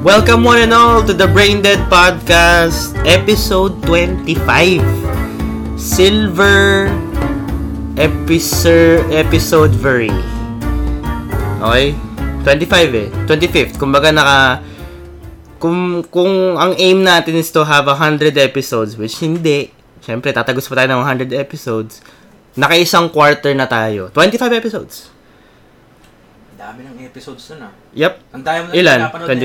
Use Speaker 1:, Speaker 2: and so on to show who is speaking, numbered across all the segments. Speaker 1: Welcome one and all to the Brain Dead Podcast, episode 25. Silver episode episode very. Okay? 25 eh. 25th. Kumbaga naka kung kung ang aim natin is to have 100 episodes, which hindi. Siyempre, tatagos pa tayo ng 100 episodes. Nakaisang quarter na tayo. 25 episodes.
Speaker 2: Ang dami ng episodes nun ah.
Speaker 1: Yep.
Speaker 2: Ang dami mo na
Speaker 1: Ilan?
Speaker 2: pinapanood na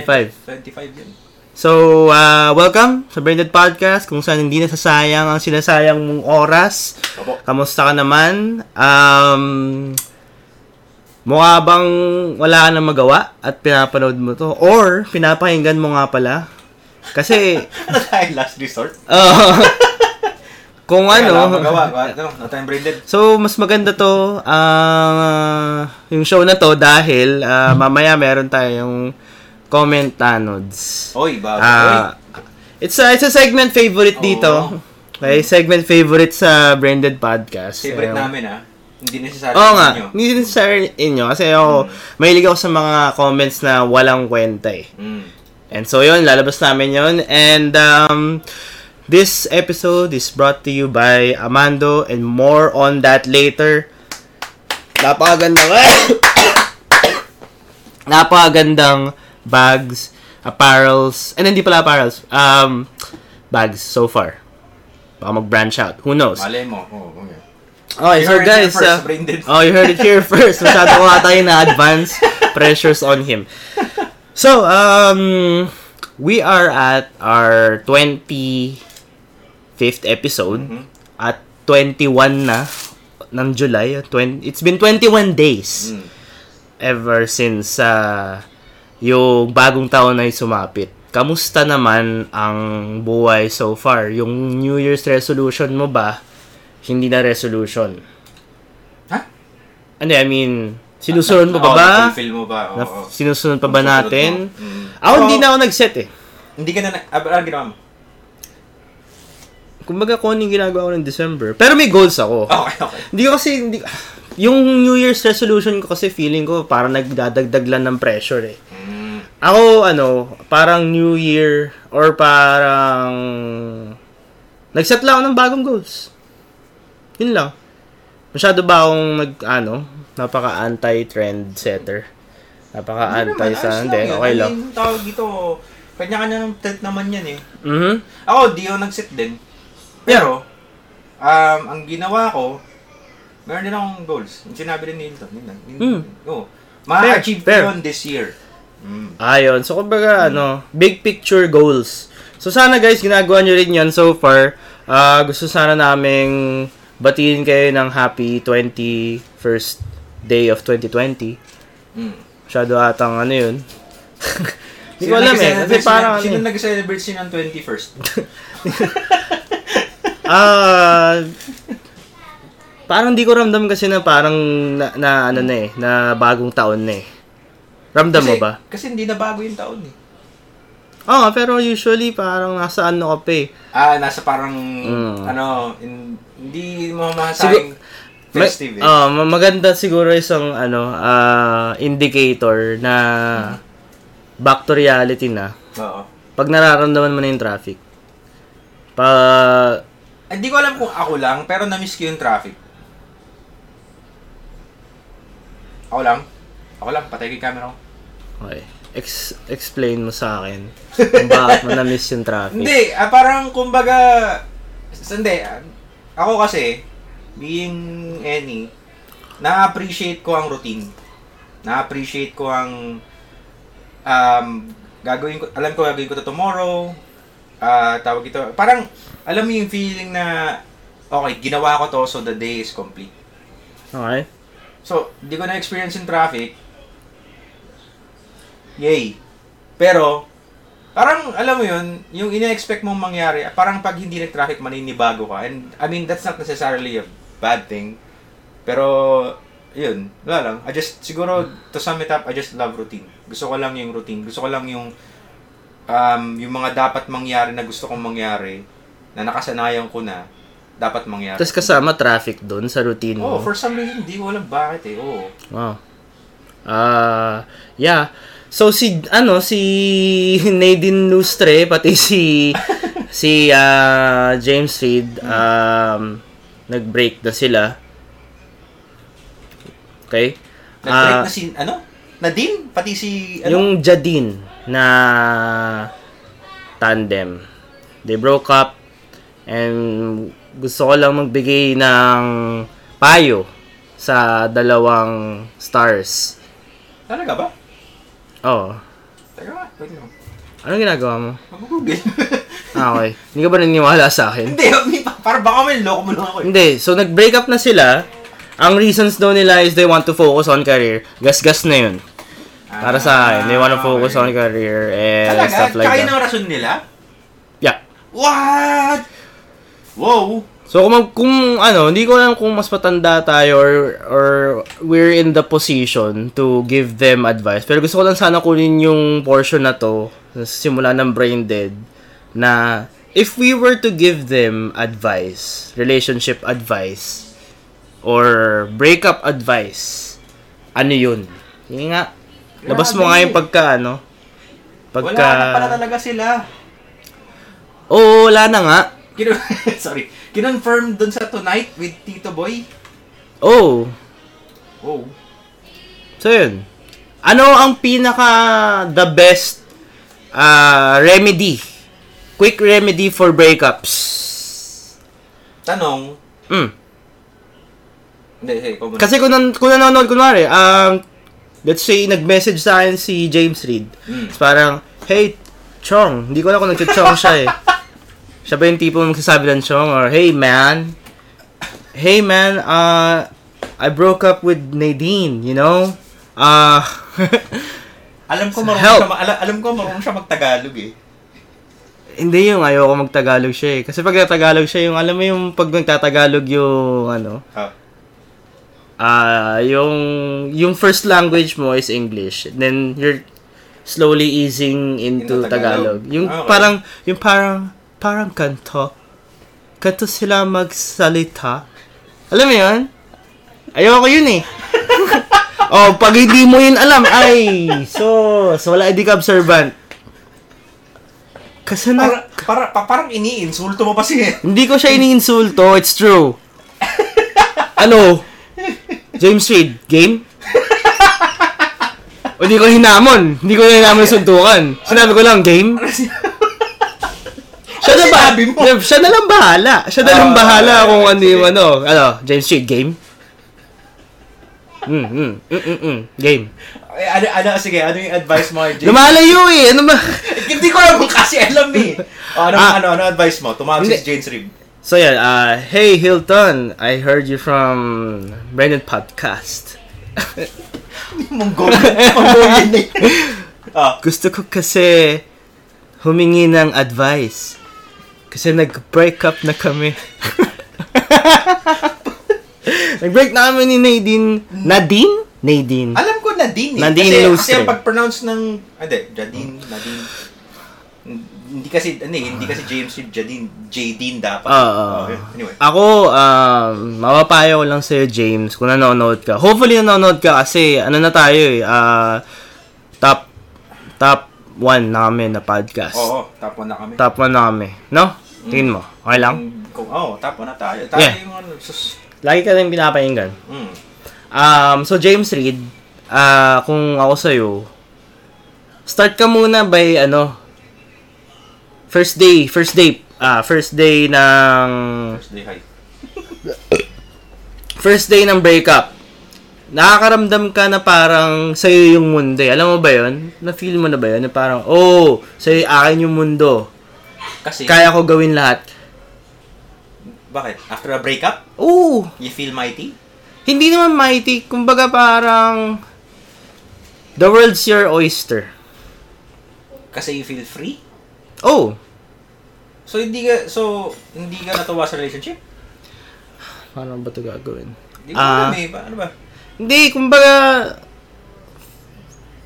Speaker 1: 25?
Speaker 2: eh. 25 yun.
Speaker 1: So, uh, welcome sa Branded Podcast, kung saan hindi nasasayang ang sinasayang mong oras.
Speaker 2: Opo.
Speaker 1: Kamusta ka naman? Um, mukha bang wala ka na magawa at pinapanood mo to? Or, pinapakinggan mo nga pala? Kasi,
Speaker 2: Ano tayo last resort?
Speaker 1: uh, kung
Speaker 2: Kaya
Speaker 1: ano...
Speaker 2: lang magawa. Ano? Not time brain dead.
Speaker 1: So, mas maganda to, ah, yung show na to dahil ah, mamaya meron tayong comment tanods.
Speaker 2: Oy, bago.
Speaker 1: Ah, it's a, it's a segment favorite dito.
Speaker 2: Oo.
Speaker 1: Okay, segment favorite sa Branded Podcast.
Speaker 2: Oy, favorite
Speaker 1: Ayun.
Speaker 2: namin ah. Hindi necessary
Speaker 1: Oo nga,
Speaker 2: ninyo.
Speaker 1: hindi necessarily inyo. Kasi
Speaker 2: Hmm.
Speaker 1: ako, mahilig ako sa mga comments na walang kwenta eh.
Speaker 2: Mm.
Speaker 1: And so yun, lalabas namin yun. And um, this episode is brought to you by Amando and more on that later. Napakagandang... napakagandang bags, apparels, and hindi pala apparels, um, bags so far. Baka mag-branch out. Who knows?
Speaker 2: Malay mo. Oo, oh, okay.
Speaker 1: Okay, so
Speaker 2: You heard it
Speaker 1: guys,
Speaker 2: here first,
Speaker 1: uh,
Speaker 2: brain dead.
Speaker 1: oh, you heard it here first. Masyado ko nga tayo na-advance pressures on him. So, um, we are at our 25th episode
Speaker 2: Mhm.
Speaker 1: at 21 na ng July. 20, it's been 21 days
Speaker 2: Mm.
Speaker 1: ever since uh, yung bagong taon na yung sumapit. Kamusta naman ang buhay so far? Yung New Year's resolution mo ba? Hindi na resolution.
Speaker 2: Ha?
Speaker 1: Ano, I mean, sinusunod mo pa
Speaker 2: Oo,
Speaker 1: ba?
Speaker 2: Na-fulfill mo ba? Oo,
Speaker 1: Na,
Speaker 2: oo.
Speaker 1: sinusunod pa ba
Speaker 2: Sinusunod
Speaker 1: natin?
Speaker 2: mo. Mm.
Speaker 1: Ako, hindi
Speaker 2: Oo.
Speaker 1: na ako nag-set eh.
Speaker 2: Hindi ka na nag... Ah, ano ginawa mo?
Speaker 1: Kumbaga, kung anong ginagawa ko ng December. Pero may goals ako.
Speaker 2: Okay, okay.
Speaker 1: Hindi ko kasi, hindi, yung New Year's resolution ko kasi feeling ko parang nagdadagdag lang ng pressure eh.
Speaker 2: Mm.
Speaker 1: Ako, ano, parang New Year or parang nag-set lang ako ng bagong goals. Yun lang. Masyado ba akong nag, ano, napaka-anti-trend setter? Napaka-anti
Speaker 2: Hindi naman, ayos
Speaker 1: sa, hindi,
Speaker 2: yun.
Speaker 1: eh. okay
Speaker 2: Ano
Speaker 1: lang.
Speaker 2: yung tawag dito, kanya-kanya ng tilt naman yan eh.
Speaker 1: Mhm.
Speaker 2: Ako, di ako nag-sit din. Pero, um, ang ginawa ko, meron din akong goals. Yung sinabi rin ni Hilton. Yun lang. Yun,
Speaker 1: Mm.
Speaker 2: Oo. Ma-achieve
Speaker 1: Fair, fair.
Speaker 2: ko yun this year. Mm.
Speaker 1: Ayun. Ah, So, kumbaga, ano, big picture goals. So, sana guys, ginagawa nyo rin yan so far. Ah, gusto sana naming batiin kayo ng happy 21st day of 2020.
Speaker 2: Mm.
Speaker 1: Masyado atang ano yun. Hindi ko
Speaker 2: Sino
Speaker 1: alam eh.
Speaker 2: nag-celebrate
Speaker 1: Kasi
Speaker 2: sila-
Speaker 1: parang ano
Speaker 2: Sino
Speaker 1: eh.
Speaker 2: nag-celebrate siya ng 21st?
Speaker 1: Ah... parang di ko ramdam kasi na parang na, na ano na eh, na bagong taon na eh. Ramdam mo
Speaker 2: Kasi-
Speaker 1: ba?
Speaker 2: Kasi hindi na bago yung taon eh.
Speaker 1: Oo, nga, pero usually parang nasa ano ka pa eh.
Speaker 2: Ah, nasa parang,
Speaker 1: Mm.
Speaker 2: ano, in- hindi mo
Speaker 1: Sigur-
Speaker 2: masasabing
Speaker 1: Ma-
Speaker 2: festive eh.
Speaker 1: ah, ma- maganda siguro isang ano, ah, indicator na back to reality na.
Speaker 2: Oo.
Speaker 1: Pag nararamdaman mo na yung traffic. Pa
Speaker 2: Hindi Eh, ko alam kung ako lang, pero na-miss ko yung traffic. Ako lang? Ako lang, patay ko yung camera ko.
Speaker 1: okay. Ex- explain mo sa akin kung bakit mo na-miss yung traffic.
Speaker 2: Hindi, ah, parang kumbaga... s- Hindi, ah, ako kasi, being any, na-appreciate ko ang routine. Na-appreciate ko ang... Um, gagawin ko, alam ko gagawin ko to tomorrow. Ah, tawag ito. Parang, alam mo yung feeling na, okay, ginawa ko to, so the day is complete.
Speaker 1: Okay?
Speaker 2: So, di ko na-experience yung traffic. Yay. Pero, parang alam mo yun, yung ina-expect mong mangyari, parang pag hindi nag-traffic, maninibago ka. And, I mean, that's not necessarily a bad thing. Pero, yun, wala lang. I just, siguro, to sum it up, I just love routine. Gusto ko lang yung routine. Gusto ko lang yung, um, yung mga dapat mangyari na gusto kong mangyari, na nakasanayan ko na, dapat mangyari.
Speaker 1: Tapos kasama traffic doon sa routine mo.
Speaker 2: Oh, for some reason, di ko alam bakit eh. Oo.
Speaker 1: Wow. Ah, yeah. So si ano si Nadine Lustre pati si si ah, James Reid um nag-break na sila. Okay?
Speaker 2: Nag-break
Speaker 1: Ah,
Speaker 2: na si, ano? Nadine? Pati si, ano?
Speaker 1: Yung Jadin na tandem. They broke up and gusto ko lang magbigay ng payo sa dalawang stars.
Speaker 2: Talaga ba?
Speaker 1: Oh,
Speaker 2: Teka nga, wait lang.
Speaker 1: anong ginagawa mo?
Speaker 2: Mag-google.
Speaker 1: Ah, okay. Hindi ka ba naniniwala sa akin?
Speaker 2: Hindi, hindi pa. Para baka may loko mo lang ako eh.
Speaker 1: Hindi. So, nag-break up na sila. Ang reasons daw nila is they want to focus on career. Gas-gas na yun. Para sa akin. They want to focus on career and
Speaker 2: Ah. Talaga?
Speaker 1: stuff like
Speaker 2: Kaya
Speaker 1: that.
Speaker 2: ng rason nila?
Speaker 1: Yeah.
Speaker 2: What? Wow!
Speaker 1: So kung, mag- kung ano, hindi ko alam kung mas matanda tayo or, or we're in the position to give them advice. Pero gusto ko lang sana kunin yung portion na to, sa simula ng Brain Dead, na if we were to give them advice, relationship advice, or breakup advice, ano yun? Yun nga. Labas mo nga
Speaker 2: Grabe.
Speaker 1: yung pagka, ano? Pagka...
Speaker 2: Wala na pala talaga sila.
Speaker 1: Oo, wala na nga.
Speaker 2: Kino- Sorry. Kinonfirm dun sa Tonight with Tito Boy.
Speaker 1: Oo.
Speaker 2: Wow.
Speaker 1: So yun. Ano ang pinaka the best ah, remedy? Quick remedy for breakups.
Speaker 2: Tanong.
Speaker 1: Mm.
Speaker 2: Hindi, hey, ikaw muna.
Speaker 1: Kasi kung, nan- kung nanonood, kunwari, um, let's say, nag-message sa akin si James Reed.
Speaker 2: Mm.
Speaker 1: It's parang, hey, Chong. Hindi ko alam kung nag-chong siya eh. Siya ba yung tipo magsasabi ng Chong? Or, hey, man. Hey, man, uh, I broke up with Nadine, you know? Uh,
Speaker 2: alam ko marunong
Speaker 1: Help.
Speaker 2: siya, ma- ala- alam ko marunong siya magtagalog eh.
Speaker 1: Hindi yung ayoko magtagalog siya eh. Kasi pag nagtagalog siya, yung alam mo yung pag nagtatagalog yung ano,
Speaker 2: Ah,
Speaker 1: ah yung yung first language mo is English. Then you're slowly easing into
Speaker 2: Into Tagalog.
Speaker 1: Tagalog. Yung
Speaker 2: Ah, okay.
Speaker 1: parang yung parang parang kanto. Kanto sila magsalita. Alam mo 'yun? Ayoko 'yun eh. oh, pag hindi mo 'yun alam, ay, so, so wala hindi ka observant. Kasi na,
Speaker 2: para, para, pa- parang iniinsulto mo pa siya. eh.
Speaker 1: hindi ko siya iniinsulto, it's true. Ano? James Reid, game? o di ko hinamon. Hindi ko hinamon suntukan. Sinabi ko lang, game? Siya na ba?
Speaker 2: Sinabi mo.
Speaker 1: Siya na lang bahala. Siya na lang
Speaker 2: Ah,
Speaker 1: bahala
Speaker 2: okay,
Speaker 1: kung ano yung
Speaker 2: sige.
Speaker 1: ano. Ano, James Reid, game? Mm, mm, mm, mm, mm, game.
Speaker 2: Eh, ano, ano, sige, ano yung advice mo kay Jake?
Speaker 1: Lumalayo eh. Ano ba?
Speaker 2: Hindi ko naman kasi alam eh. O, ano,
Speaker 1: Ah.
Speaker 2: ano, ano advice mo? Tumawag si
Speaker 1: Hindi.
Speaker 2: James Reed.
Speaker 1: So yeah, uh, hey Hilton, I heard you from Brandon Podcast.
Speaker 2: Mongolian. Mongolian eh. Ah,
Speaker 1: Gusto ko kasi humingi ng advice. Kasi nag-break up na kami. nag-break na kami ni Nadine. Nadine? Nadine.
Speaker 2: alam ko Nadine eh.
Speaker 1: Nadine
Speaker 2: kasi,
Speaker 1: Lustre.
Speaker 2: kasi ang pag-pronounce ng... ah, Hindi, Jadine, Nadine. Hindi kasi, ano eh, hindi kasi James Reed, Jadine, Jadine dapat.
Speaker 1: Ah, ah.
Speaker 2: Okay, Anyway.
Speaker 1: Ako, um, mapapayo ko lang sa'yo, James, kung nanonood ka. Hopefully, nanonood ka kasi ano na tayo eh, ah, top, top one namin na podcast.
Speaker 2: Oo, top 1 na kami.
Speaker 1: Top one na kami. No? Tingin mo. Okay lang?
Speaker 2: Mm, kung- Oo, top 1 na tayo. Tayo
Speaker 1: Yeah.
Speaker 2: yung ano, sus...
Speaker 1: Lagi ka rin pinapakinggan.
Speaker 2: Mm.
Speaker 1: Um, so James Reid, ah, kung ako sa'yo, start ka muna by ano, first day, first day, ah, first day ng,
Speaker 2: First day high.
Speaker 1: first day ng breakup. Nakakaramdam ka na parang sa'yo yung mundo. eh. Alam mo ba yon? Na-feel mo na ba yon? Na parang, oh, sa'yo akin yung mundo.
Speaker 2: Kasi,
Speaker 1: Kaya ko gawin lahat.
Speaker 2: bakit? After a breakup,
Speaker 1: Oo,
Speaker 2: you feel mighty?
Speaker 1: hindi naman mighty. Kumbaga parang, the world's your oyster.
Speaker 2: Kasi you feel free?
Speaker 1: Oh,
Speaker 2: So, hindi ka, so, hindi ka natuwa sa relationship?
Speaker 1: paano ba ito gagawin?
Speaker 2: Hindi ko
Speaker 1: Ah.
Speaker 2: alam eh, pa- ano ba?
Speaker 1: Hindi, kumbaga,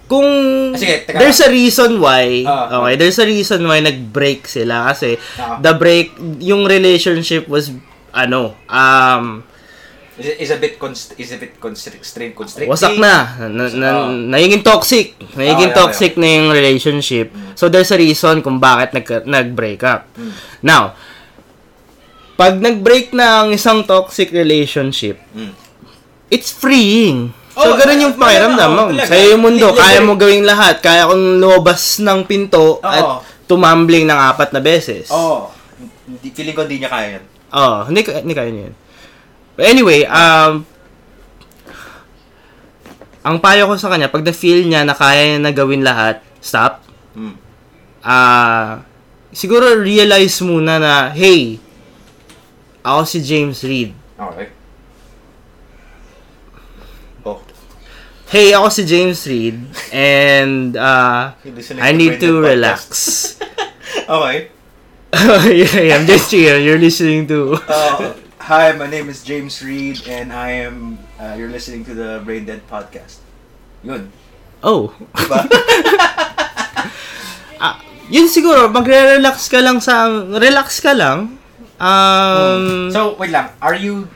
Speaker 1: kung
Speaker 2: Ah, sige, teka
Speaker 1: there's a reason why,
Speaker 2: Ah,
Speaker 1: okay, there's a reason why nag-break sila kasi
Speaker 2: Ah.
Speaker 1: the break, yung relationship was, ano, um,
Speaker 2: is, is a bit const, is a bit constrained constricting.
Speaker 1: Wasak na. na, na
Speaker 2: Oo.
Speaker 1: Nagiging toxic. Nagiging
Speaker 2: Oo, yeah,
Speaker 1: toxic na yung relationship. So, there's a reason kung bakit nag, nag-break up.
Speaker 2: Hmm.
Speaker 1: Now, pag nag-break na ang isang toxic relationship,
Speaker 2: Mm.
Speaker 1: it's freeing. So,
Speaker 2: Oh,
Speaker 1: ganun yung
Speaker 2: talaga,
Speaker 1: pakiramdam mo.
Speaker 2: oo, talaga.
Speaker 1: Sa'yo yung mundo,
Speaker 2: Libre.
Speaker 1: kaya mo gawin lahat. Kaya kong lumabas ng pinto
Speaker 2: Oo.
Speaker 1: at tumambling ng apat na beses.
Speaker 2: Oh, hindi feeling ko hindi niya kaya yan.
Speaker 1: Oo, hindi, ka- hindi kaya niya yun. But anyway, um, ang payo ko sa kanya, pag na-feel niya na kaya niya na gawin lahat, stop.
Speaker 2: Mm.
Speaker 1: Ah, siguro realize muna na, hey, ako si James Reed.
Speaker 2: Okay. Oh,
Speaker 1: Hey, ako si James Reed and uh,
Speaker 2: you're listening
Speaker 1: I need to
Speaker 2: Brandon Podcast.
Speaker 1: relax.
Speaker 2: Okay.
Speaker 1: yeah, I'm just here. You're listening to...
Speaker 2: Uh, hi, my name is James Reed and I am uh, you're listening to the Brain Dead podcast. Yun.
Speaker 1: Oh.
Speaker 2: Diba?
Speaker 1: Ah, yun siguro, magre-relax ka lang sa... Relax ka lang. Um,
Speaker 2: so, wait lang. Are you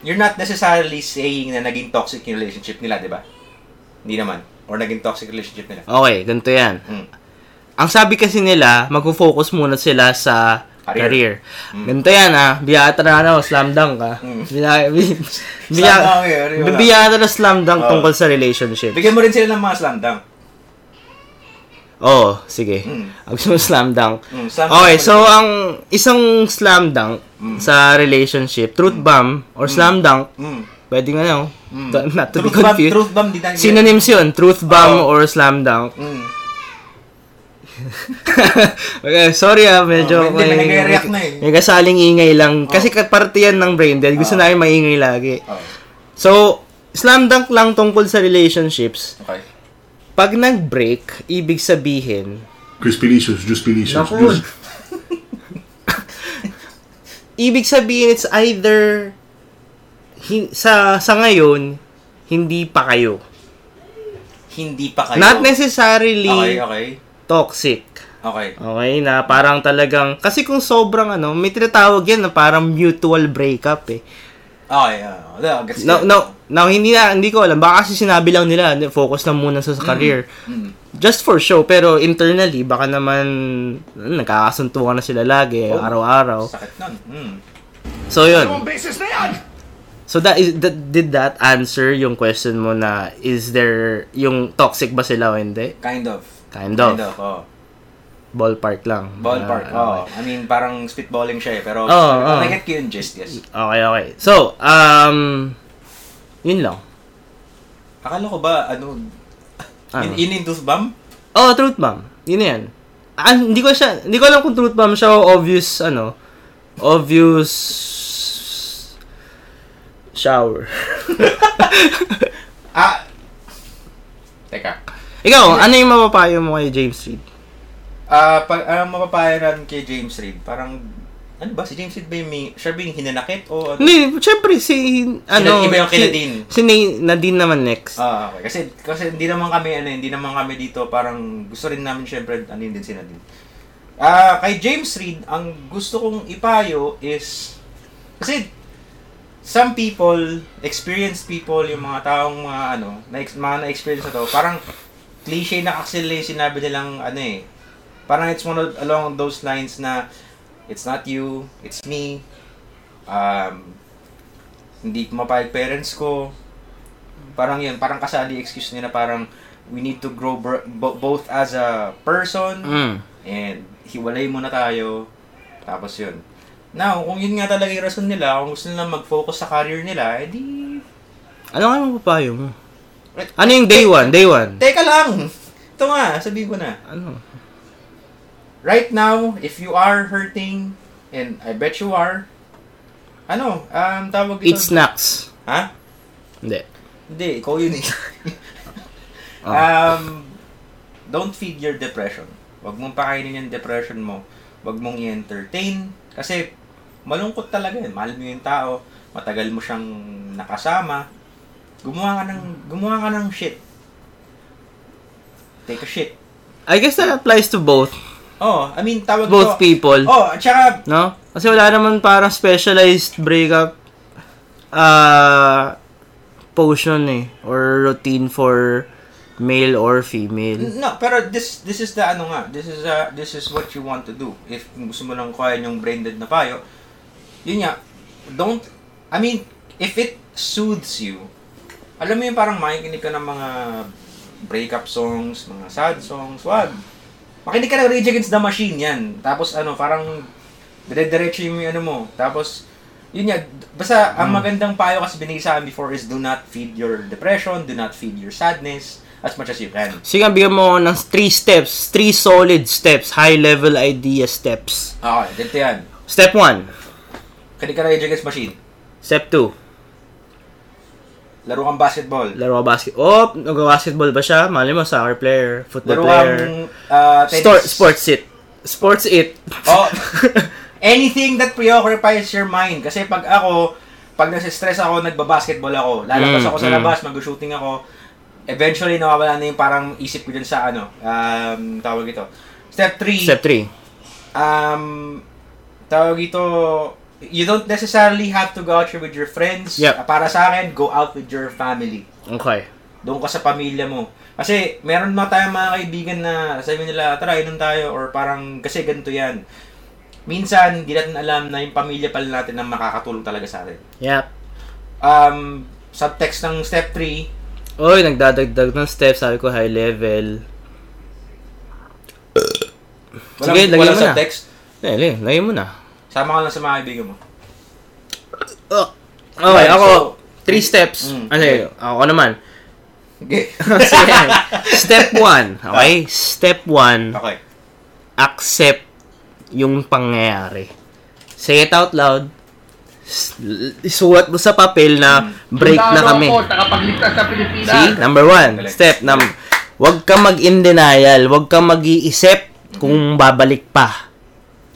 Speaker 2: you're not necessarily saying na naging toxic yung relationship nila, 'di ba? Hindi naman. Or naging toxic relationship nila.
Speaker 1: okay, ganito yan.
Speaker 2: Mm.
Speaker 1: Ang sabi kasi nila, mag-focus muna sila sa
Speaker 2: Career.
Speaker 1: career. Ganito yan ha, biyata na ano, slam dunk ha.
Speaker 2: Mm.
Speaker 1: Bila, bi,
Speaker 2: Slam dunk, eh, ano yun, ah?
Speaker 1: biyata na slam dunk
Speaker 2: Oh.
Speaker 1: tungkol sa relationship.
Speaker 2: Bigyan mo rin sila ng mga slam dunk.
Speaker 1: Oo, oh, sige.
Speaker 2: Mm.
Speaker 1: Ang gusto mo slam dunk.
Speaker 2: Mm, slam dunk
Speaker 1: okay,
Speaker 2: mo
Speaker 1: so
Speaker 2: rin.
Speaker 1: ang isang slam dunk sa relationship, truth bomb or slam dunk,
Speaker 2: Mm.
Speaker 1: pwede nga ano, not to be
Speaker 2: hmm. Truth bomb,
Speaker 1: confused.
Speaker 2: truth bomb, Oh. di tayo.
Speaker 1: Synonyms yun, truth bomb
Speaker 2: Oo.
Speaker 1: or slam dunk.
Speaker 2: Mm.
Speaker 1: okay, sorry ah, medyo
Speaker 2: Oh, hindi, may nagre-react na eh.
Speaker 1: may kasaling ingay lang. Kasi ka- parte yan ng brain dead. Gusto namin maingay lagi.
Speaker 2: Oh,
Speaker 1: So, slam dunk lang tungkol sa relationships.
Speaker 2: okay.
Speaker 1: Pag nag-break, ibig sabihin,
Speaker 3: Chris Pelicious, Juice Pelicious.
Speaker 1: Naku.
Speaker 3: Juice.
Speaker 1: ibig sabihin it's either hi- sa sa ngayon hindi pa kayo.
Speaker 2: Hindi pa kayo. Ah,
Speaker 1: Not necessarily
Speaker 2: Okay, okay.
Speaker 1: toxic.
Speaker 2: Okay.
Speaker 1: Okay na, parang talagang, kasi kung sobrang ano, may tinatawag yan na parang mutual breakup eh.
Speaker 2: Okay, ah, ah, gets
Speaker 1: No,
Speaker 2: ko.
Speaker 1: no, no, hindi na, hindi ko alam. Baka kasi sinabi lang nila, "Hindi, focus lang muna sa, sa career.
Speaker 2: Mm.
Speaker 1: Just for show, pero internally, baka naman mm, nagkakasuntukan na sila lagi,
Speaker 2: Oh.
Speaker 1: araw-araw.
Speaker 2: Sakit nun. Mm.
Speaker 1: So, yun. So, that, is, that did that answer yung question mo na, is there, yung toxic ba sila o hindi?
Speaker 2: Kind of.
Speaker 1: Kind of.
Speaker 2: Kind of, oh.
Speaker 1: Ballpark lang.
Speaker 2: Ballpark,
Speaker 1: Ah, Oh,
Speaker 2: oh. I mean, parang spitballing siya eh, pero
Speaker 1: Oo, oo.
Speaker 2: I get you in gist, yes.
Speaker 1: Okay, okay. So, um, yun lang.
Speaker 2: Akala ko ba, ano,
Speaker 1: Ano?
Speaker 2: in, in into bomb?
Speaker 1: Oh, truth bomb. Yun na yan. Ah, hindi ko siya, hindi ko alam kung truth bomb siya o obvious, ano, obvious shower.
Speaker 2: Ah! Teka.
Speaker 1: Ikaw, ano yung mapapayo mo kay James Reed?
Speaker 2: Ah, pag ang mapapayaran kay James Reed, parang, ano ba, si James Reed ba yung, may- siya ba yung hinanakit o ano?
Speaker 1: Hindi, syempre si, ano,
Speaker 2: iba yung kay
Speaker 1: si-
Speaker 2: Nadine.
Speaker 1: Si, Na- Nadine naman next.
Speaker 2: Ah, okay. Kasi, kasi hindi naman kami, ano, hindi naman kami dito, parang gusto rin namin syempre, ano yun din si Nadine. Ah, kay James Reed, ang gusto kong ipayo is, kasi, some people, experienced people, yung mga taong mga, ano, na, mga na-experience na to, parang, cliche na actually sinabi nilang, ano eh, parang it's one of, along those lines na, it's not you, it's me, um, hindi mapayag parents ko, parang yun, parang kasali excuse nila parang we need to grow br- bo- both as a person
Speaker 1: Mm.
Speaker 2: and hiwalay muna tayo. Tapos yun. Now, kung yun nga talaga yung rason nila, kung gusto nila mag-focus sa career nila, edi...
Speaker 1: Ano nga yung mapapayo mo? Ano yung day one? Day one?
Speaker 2: Teka lang! Ito nga, sabihin ko na.
Speaker 1: Ano?
Speaker 2: Right now, if you are hurting, and I bet you are, ano, um, tawag
Speaker 1: Eat
Speaker 2: ito...
Speaker 1: snacks.
Speaker 2: Ha?
Speaker 1: Hindi.
Speaker 2: Hindi, ikaw yun eh.
Speaker 1: Ah.
Speaker 2: um, don't feed your depression. Huwag mong pakainin yung depression mo. Huwag mong i-entertain. Kasi malungkot talaga yun. Mahal mo yung tao. Matagal mo siyang nakasama. Gumawa ka ng, gumawa ka ng shit. Take a shit.
Speaker 1: I guess that applies to both.
Speaker 2: Oh, I mean, tawag
Speaker 1: Both
Speaker 2: ko.
Speaker 1: people.
Speaker 2: Oh, at saka,
Speaker 1: No? Kasi wala naman parang specialized breakup. uh, potion eh. Or routine for male or female.
Speaker 2: No, pero this this is the ano nga, this is uh, this is what you want to do. If gusto mo lang kuhain yung brain dead na payo, yun nga, don't, I mean, if it soothes you, alam mo yung parang makikinig ka ng mga breakup songs, mga sad songs, wag. Makinig ka ng Rage Against the Machine, yan. Tapos ano, parang dire-diretso yung ano mo. Tapos, yun nga, basta ang magandang payo kasi binigay sa akin before is do not feed your depression, do not feed your sadness as much as you can.
Speaker 1: Sige, bigyan mo ako ng three steps. Three solid steps. High-level idea steps.
Speaker 2: Okay, ganito yan.
Speaker 1: Step one.
Speaker 2: Kani ka Rage Against Machine.
Speaker 1: Step two.
Speaker 2: Laro kang basketball.
Speaker 1: Laro ka basket. Oh, nag-basketball ba siya? Mali mo, soccer player, football
Speaker 2: Laro
Speaker 1: player.
Speaker 2: kang ah, tennis.
Speaker 1: Store, sports it. Sports it.
Speaker 2: Oh, anything that preoccupies your mind. Kasi pag ako, pag nasistress ako, nagbabasketball ako. Lalabas
Speaker 1: Mm,
Speaker 2: ako sa
Speaker 1: mm.
Speaker 2: labas, mag-shooting ako. Eventually, nawawala na yung parang isip ko dyan sa ano, um, tawag ito. Step 3,
Speaker 1: Step three.
Speaker 2: um, tawag ito, you don't necessarily have to go out here with your friends.
Speaker 1: Yep.
Speaker 2: Ah, Para sa akin, go out with your family.
Speaker 1: Okay.
Speaker 2: doon ka sa pamilya mo. Kasi meron mga tayong mga kaibigan na sabi nila, tara, inom tayo or parang kasi ganito yan. Minsan, hindi natin alam na yung pamilya pala natin ang makakatulong talaga sa atin.
Speaker 1: Yep.
Speaker 2: Um, subtext ng step 3,
Speaker 1: Oy, nagdadagdag ng steps. Sabi ko, high level.
Speaker 2: walang,
Speaker 1: Sige, lagyan mo
Speaker 2: walang
Speaker 1: na.
Speaker 2: subtext,
Speaker 1: Dali, lagyan Eh, mo na.
Speaker 2: sama ka lang sa mga kaibigan mo.
Speaker 1: Oh. Okay,
Speaker 2: Right,
Speaker 1: ako,
Speaker 2: so-
Speaker 1: three steps.
Speaker 2: Mm,
Speaker 1: ano
Speaker 2: okay.
Speaker 1: yun? Ako naman.
Speaker 2: Okay.
Speaker 1: Sige. Step one. Okay? Step one.
Speaker 2: okay.
Speaker 1: accept yung pangyayari. Say it out loud. S- l- Isulat mo sa papel na break na kami.
Speaker 4: Ako, tagapagligtas sa Pilipinas.
Speaker 1: See? Number one.
Speaker 2: Correct.
Speaker 1: Step. Num wag ka mag-in denial. Wag ka mag-iisip kung babalik pa.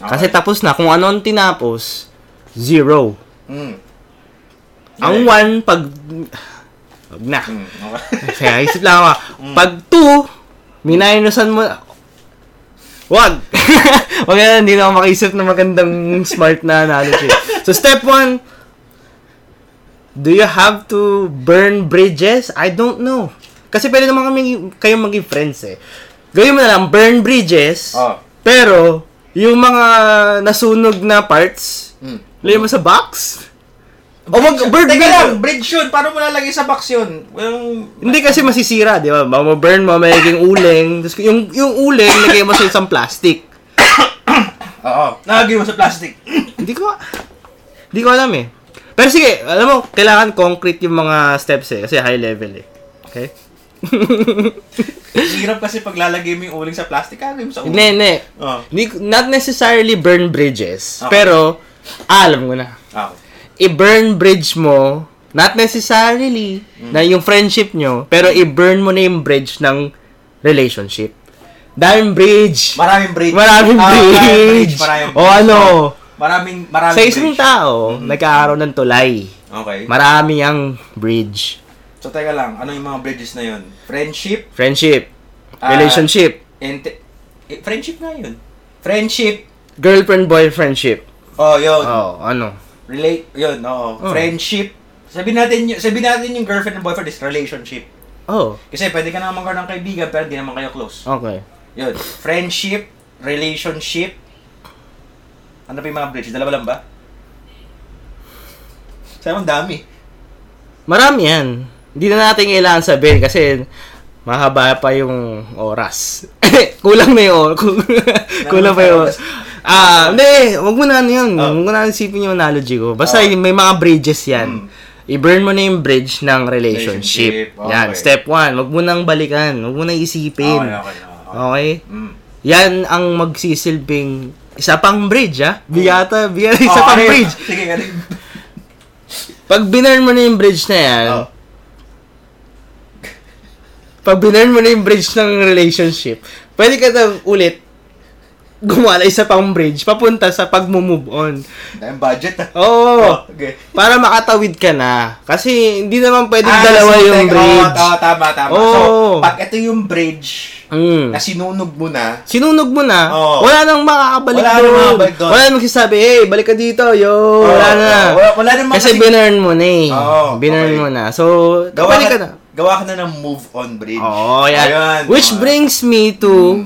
Speaker 1: Kasi tapos na. Kung ano ang tinapos, zero.
Speaker 2: Mm.
Speaker 1: Ang one, pag... Wag na.
Speaker 2: Mm, okay.
Speaker 1: Kaya isip lang ako. Pag two, minusan mo... Wag! Wag na, hindi na ako makaisip ng magandang smart na analogy. So, step one, do you have to burn bridges? I don't know. Kasi pwede naman kami, kayo maging friends eh. Gawin mo na lang, burn bridges,
Speaker 2: Oh.
Speaker 1: pero, yung mga nasunog na parts,
Speaker 2: Mm.
Speaker 1: lagay mo sa box. O wag, burn
Speaker 2: Teka
Speaker 1: bridges.
Speaker 2: lang, bridge yun. Paano mo lalagay sa box yun? Well,
Speaker 1: Hindi kasi masisira, di ba? Maburn mo, may naging uling. Tapos yung, yung uling, lagay mo sa isang plastic.
Speaker 2: oo. Nagagay mo sa plastic.
Speaker 1: Hindi ko, hindi ko alam eh. Pero sige, alam mo, kailangan concrete yung mga steps eh. Kasi high level eh. Okay?
Speaker 2: Hirap kasi pag lalagay mo yung uling sa plastic, ano mo sa uling?
Speaker 1: Hindi, hindi.
Speaker 2: Oh.
Speaker 1: Hindi ko- Not necessarily burn bridges.
Speaker 2: Okay.
Speaker 1: Pero, ah, alam ko na.
Speaker 2: Okay.
Speaker 1: I-burn bridge mo, not necessarily, na yung friendship nyo, pero i-burn mo na yung bridge ng relationship. Daming bridge!
Speaker 2: Maraming bridge.
Speaker 1: Maraming
Speaker 2: Ah,
Speaker 1: bridge.
Speaker 2: Maraming bridge.
Speaker 1: O ano?
Speaker 2: Maraming, maraming
Speaker 1: Sa isang
Speaker 2: bridge. Mm-hmm.
Speaker 1: tao, nagkakaroon ng tulay.
Speaker 2: Okay.
Speaker 1: Marami ang bridge.
Speaker 2: So, teka lang. Ano yung mga bridges na yun? Friendship?
Speaker 1: Friendship,
Speaker 2: Ah.
Speaker 1: relationship,
Speaker 2: Ente- eh, friendship nga yun. Friendship.
Speaker 1: girlfriend-boyfriendship.
Speaker 2: Oh, yun.
Speaker 1: Oh, ano?
Speaker 2: Relate. Yun, oo.
Speaker 1: Oh.
Speaker 2: Friendship. Sabihin natin, y- sabihin natin yung girlfriend and boyfriend is relationship.
Speaker 1: Oh,
Speaker 2: Kasi pwede ka naman magkaroon ng kaibigan pero hindi naman kayo close.
Speaker 1: okay.
Speaker 2: Yun. Friendship. Relationship. Ano pa yung mga bridges? Dalawa lang ba? Sayang ang dami.
Speaker 1: Marami yan. Hindi na natin kailangan sabihin kasi mahaba pa yung oras. kulang na yung oras. kulang pa yung oras. Ah, hindi. Huwag mo na ano yun.
Speaker 2: Oh.
Speaker 1: Huwag mo na isipin yung analogy ko. Basta may mga bridges yan. I-burn mo na yung bridge ng relationship.
Speaker 2: Hmm. Relationship, okay.
Speaker 1: Yan, step one. Huwag mo nang balikan. Huwag mo nang isipin.
Speaker 2: Okay, okay, okay.
Speaker 1: Okay?
Speaker 2: Mm.
Speaker 1: Yan ang magsisilbing isa pang bridge, ah. Bigata, bigata, isa
Speaker 2: Oh,
Speaker 1: pang
Speaker 2: ano yun?
Speaker 1: bridge.
Speaker 2: Sige, ano yun?
Speaker 1: Pag binurn mo na yung bridge na yan,
Speaker 2: Oh.
Speaker 1: pag binurn mo na yung bridge ng relationship, pwede ka na ulit gumala isa pang bridge papunta sa pag-move on.
Speaker 2: Dahil budget ah.
Speaker 1: Oo.
Speaker 2: Okay.
Speaker 1: Para makatawid ka na. Kasi hindi naman pwedeng
Speaker 2: Ah,
Speaker 1: dalawa
Speaker 2: so,
Speaker 1: yung
Speaker 2: teka,
Speaker 1: bridge.
Speaker 2: Oo, oo, tama, tama.
Speaker 1: Oo.
Speaker 2: So, pag ito yung bridge
Speaker 1: Mm.
Speaker 2: na sinunog mo na,
Speaker 1: Sinunog mo na,
Speaker 2: Oo.
Speaker 1: wala nang makakabalik
Speaker 2: Oh. Wala nang
Speaker 1: doon.
Speaker 2: makakabalik doon.
Speaker 1: Wala nang magsasabi, hey, balik ka dito, yo,
Speaker 2: Oo,
Speaker 1: wala na.
Speaker 2: oo, wala- wala naman
Speaker 1: kasi,
Speaker 2: kasi-
Speaker 1: binurn mo na eh.
Speaker 2: Oo,
Speaker 1: binurn
Speaker 2: okay.
Speaker 1: mo na. So,
Speaker 2: gawa
Speaker 1: balik
Speaker 2: ka,
Speaker 1: ka na.
Speaker 2: gawa ka na ng move on bridge.
Speaker 1: Oo, yan.
Speaker 2: Ayun,
Speaker 1: Which
Speaker 2: oo.
Speaker 1: brings me to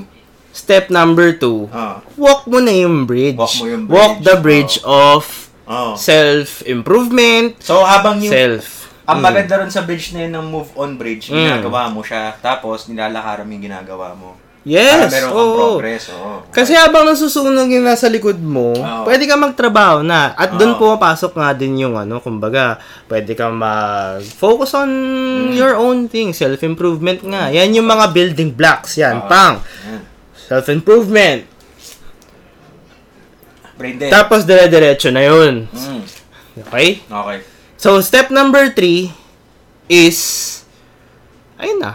Speaker 1: step number two.
Speaker 2: Oo.
Speaker 1: Walk mo na yung bridge.
Speaker 2: Walk mo yung
Speaker 1: Walk
Speaker 2: bridge.
Speaker 1: the bridge of
Speaker 2: Oo.
Speaker 1: self-improvement,
Speaker 2: So, habang yung
Speaker 1: self. Mm.
Speaker 2: Ang maganda ron sa bridge na yun ng move on bridge,
Speaker 1: Mm.
Speaker 2: ginagawa mo siya, tapos nilalakaran mo yung ginagawa mo. Para
Speaker 1: Yes,
Speaker 2: meron kang
Speaker 1: oo.
Speaker 2: progress, oo.
Speaker 1: Kasi habang nasusunog yung nasa likod mo,
Speaker 2: Oo.
Speaker 1: pwede ka magtrabaho na. At doon
Speaker 2: Oo.
Speaker 1: pumapasok nga din yung ano, kumbaga, pwede ka mag-focus on
Speaker 2: Mm.
Speaker 1: your own thing, self-improvement nga. Yan yung mga building blocks, yan,
Speaker 2: Oo.
Speaker 1: pang.
Speaker 2: Ayan.
Speaker 1: Self-improvement.
Speaker 2: Brain dead.
Speaker 1: Tapos dire-diretso na yun.
Speaker 2: Mm.
Speaker 1: Okay?
Speaker 2: Okay.
Speaker 1: So, step number three is, ayun na,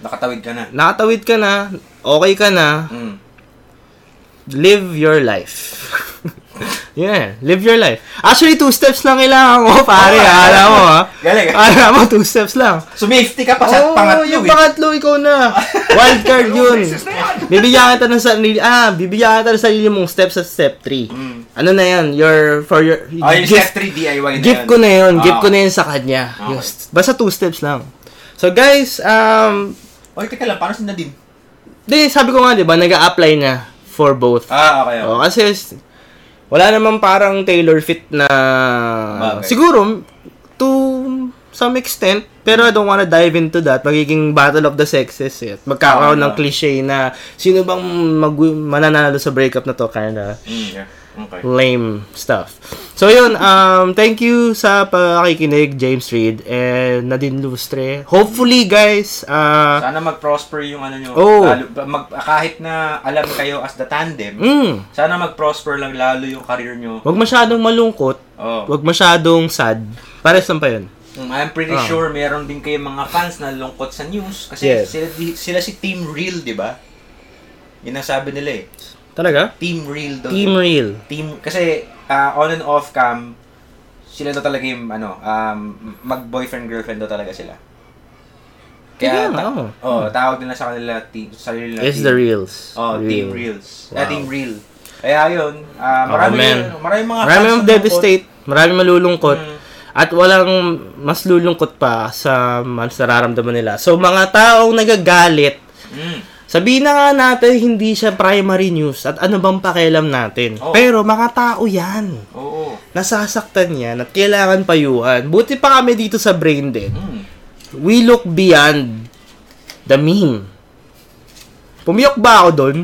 Speaker 2: Nakatawid ka na.
Speaker 1: nakatawid ka na, okay ka na,
Speaker 2: Mm.
Speaker 1: live your life. yeah, live your life. Actually, two steps lang kailangan ko, pare.
Speaker 2: Oo,
Speaker 1: ah, alam mo, ha?
Speaker 2: Galing.
Speaker 1: Alam mo, two steps lang.
Speaker 2: Sumifty ka pa
Speaker 1: Oo,
Speaker 2: sa pangatlo
Speaker 1: yung
Speaker 2: eh.
Speaker 1: pangatlo, ikaw na. Wild card yun.
Speaker 2: ano?
Speaker 1: bibigyan kita ng sarili, ah, bibigyan kita ng sarili mong step sa step 3.
Speaker 2: Mm.
Speaker 1: Ano na yan? Your, for your,
Speaker 2: Oh, yung
Speaker 1: gift-
Speaker 2: step 3 DIY na
Speaker 1: Gift
Speaker 2: yun.
Speaker 1: ko na yun.
Speaker 2: Ah.
Speaker 1: Gift ko na yun sa kanya.
Speaker 2: Okay.
Speaker 1: Yung st- Basta two steps lang. So guys, um,
Speaker 2: Oy, teka lang, paano si Nadine?
Speaker 1: di, sabi ko nga, di ba, nag apply na for both.
Speaker 2: Ah, okay. okay.
Speaker 1: Oh, kasi s- wala naman parang tailor fit na
Speaker 2: Bagay.
Speaker 1: siguro to some extent pero I don't wanna dive into that magiging battle of the sexes eh. at magkakaroon
Speaker 2: Ah.
Speaker 1: ng cliche na sino bang mag- mananalo sa breakup na to kinda
Speaker 2: Mm, yeah. Okay.
Speaker 1: Oh. lame stuff. So yun, um, thank you sa pakikinig James Reed and Nadine Lustre. Hopefully guys, uh,
Speaker 2: Sana mag-prosper yung ano nyo.
Speaker 1: Oo.
Speaker 2: Lalo, mag, kahit na alam kayo as the tandem,
Speaker 1: mm,
Speaker 2: sana mag-prosper lang lalo yung career nyo.
Speaker 1: wag masyadong malungkot,
Speaker 2: Oh.
Speaker 1: wag masyadong sad. Pares lang pa yun.
Speaker 2: Mm, I'm pretty
Speaker 1: Ah.
Speaker 2: sure meron din kayong mga fans na lungkot sa news kasi
Speaker 1: Yes.
Speaker 2: sila, di- sila si Team Real, di ba? Yun ang sabi nila eh.
Speaker 1: Talaga?
Speaker 2: Team Real daw.
Speaker 1: Team real.
Speaker 2: Team, kasi ah, on and off cam, sila daw talaga yung ano, um, mag-boyfriend-girlfriend daw talaga sila.
Speaker 1: Sige,
Speaker 2: ta-
Speaker 1: oo.
Speaker 2: oh, tawag nila sa kanila team, sa sarili nila
Speaker 1: It's
Speaker 2: team.
Speaker 1: the reels.
Speaker 2: Oh, Team
Speaker 1: real.
Speaker 2: Reels.
Speaker 1: Wow.
Speaker 2: Ah, team Real. Kaya yun, ah,
Speaker 1: Oh,
Speaker 2: marami,
Speaker 1: man.
Speaker 2: marami mga
Speaker 1: Marami
Speaker 2: fans
Speaker 1: ang
Speaker 2: na lungkot.
Speaker 1: devastate, marami malulungkot.
Speaker 2: Mm.
Speaker 1: At walang mas lulungkot pa sa mas nararamdaman nila. So, mga taong nagagalit,
Speaker 2: Mm.
Speaker 1: Sabihin na nga natin, hindi siya primary news at ano bang pakialam natin.
Speaker 2: Oo.
Speaker 1: Pero mga tao yan.
Speaker 2: Oo.
Speaker 1: Nasasaktan yan at kailangan payuhan. Buti pa kami dito sa Brain Dead.
Speaker 2: Mm.
Speaker 1: We look beyond the meme. Pumiyok ba ako doon?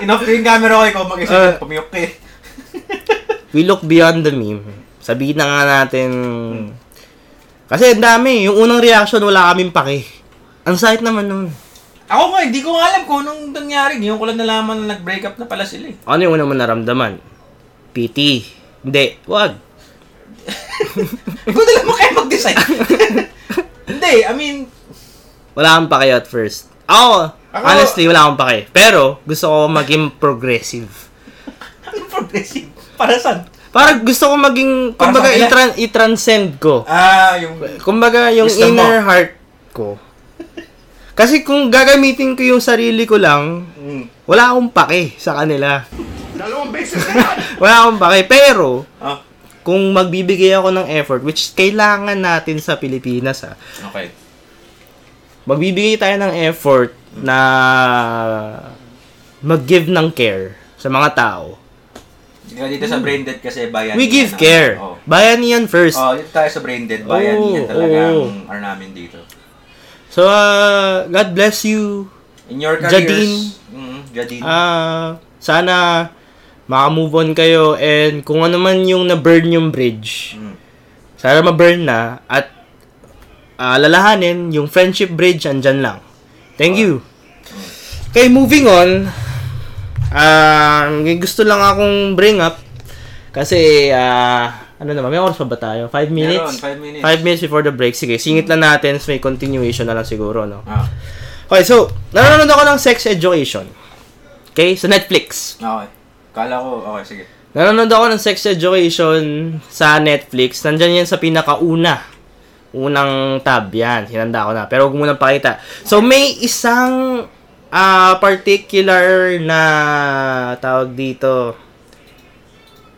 Speaker 2: Enough na yung camera ko, ikaw mag-isip,
Speaker 1: Ah.
Speaker 2: pumiyok ka eh.
Speaker 1: We look beyond the meme. Sabihin na nga natin... Kasi ang dami. Yung unang reaction, wala kaming pake. Ang sakit naman nun.
Speaker 2: Ako nga, hindi ko nga alam kung anong nangyari. Ngayon ko lang nalaman na nag-break up na pala sila eh.
Speaker 1: Ano yung una mo naramdaman? PT. Hindi. Wag.
Speaker 2: Ikaw na lang makaya mag-decide. hindi, I mean,
Speaker 1: Wala akong pake at first. Ako,
Speaker 2: Ako-
Speaker 1: honestly, wala akong pake. Pero, gusto ko maging progressive.
Speaker 2: anong progressive? Para saan?
Speaker 1: Parang gusto ko maging,
Speaker 2: Para
Speaker 1: kumbaga,
Speaker 2: sa kanila.
Speaker 1: itran- i-transcend ko.
Speaker 2: Ah, yung...
Speaker 1: Kumbaga, yung
Speaker 2: Gusto mo.
Speaker 1: inner heart ko. Kasi kung gagamitin ko yung sarili ko lang,
Speaker 2: Mm.
Speaker 1: wala akong pake sa kanila. wala akong pake. Pero,
Speaker 2: Ah,
Speaker 1: kung magbibigay ako ng effort, which kailangan natin sa Pilipinas, ah,
Speaker 2: okay.
Speaker 1: magbibigay tayo ng effort na mag-give ng care sa mga tao.
Speaker 2: Dito, dito sa brain dead kasi bayan.
Speaker 1: Mm. We give care. Oh,
Speaker 2: Oh.
Speaker 1: Bayanihan first.
Speaker 2: oh, dito tayo sa brain dead. Bayan
Speaker 1: Oo,
Speaker 2: yan talaga
Speaker 1: oo.
Speaker 2: ang ano namin dito.
Speaker 1: So, ah, God bless you.
Speaker 2: In your careers...
Speaker 1: Jadine.
Speaker 2: Mm, Jadine.
Speaker 1: Ah, sana makamove on kayo and kung ano man yung na-burn yung bridge,
Speaker 2: Mm.
Speaker 1: sana ma-burn na at ah, lalahanin yung friendship bridge andyan lang. Thank you. Okay, moving on. Ah, may gusto lang akong bring up kasi ah, ano naman, may oras pa ba tayo? 5 minutes?
Speaker 2: Meron, five minutes.
Speaker 1: 5 minutes before the break. Sige, singit lang natin so may continuation na lang siguro, no?
Speaker 2: Ah.
Speaker 1: Okay, so, nanonood ako ng sex education. Okay? Sa Netflix.
Speaker 2: Okay. Kala ko, okay, sige.
Speaker 1: Nanonood ako ng Sex Education sa Netflix. Nandyan yan sa pinakauna. Unang tab yan. Hinanda ko na. Pero huwag muna pakita. So, may isang ah, particular na tawag dito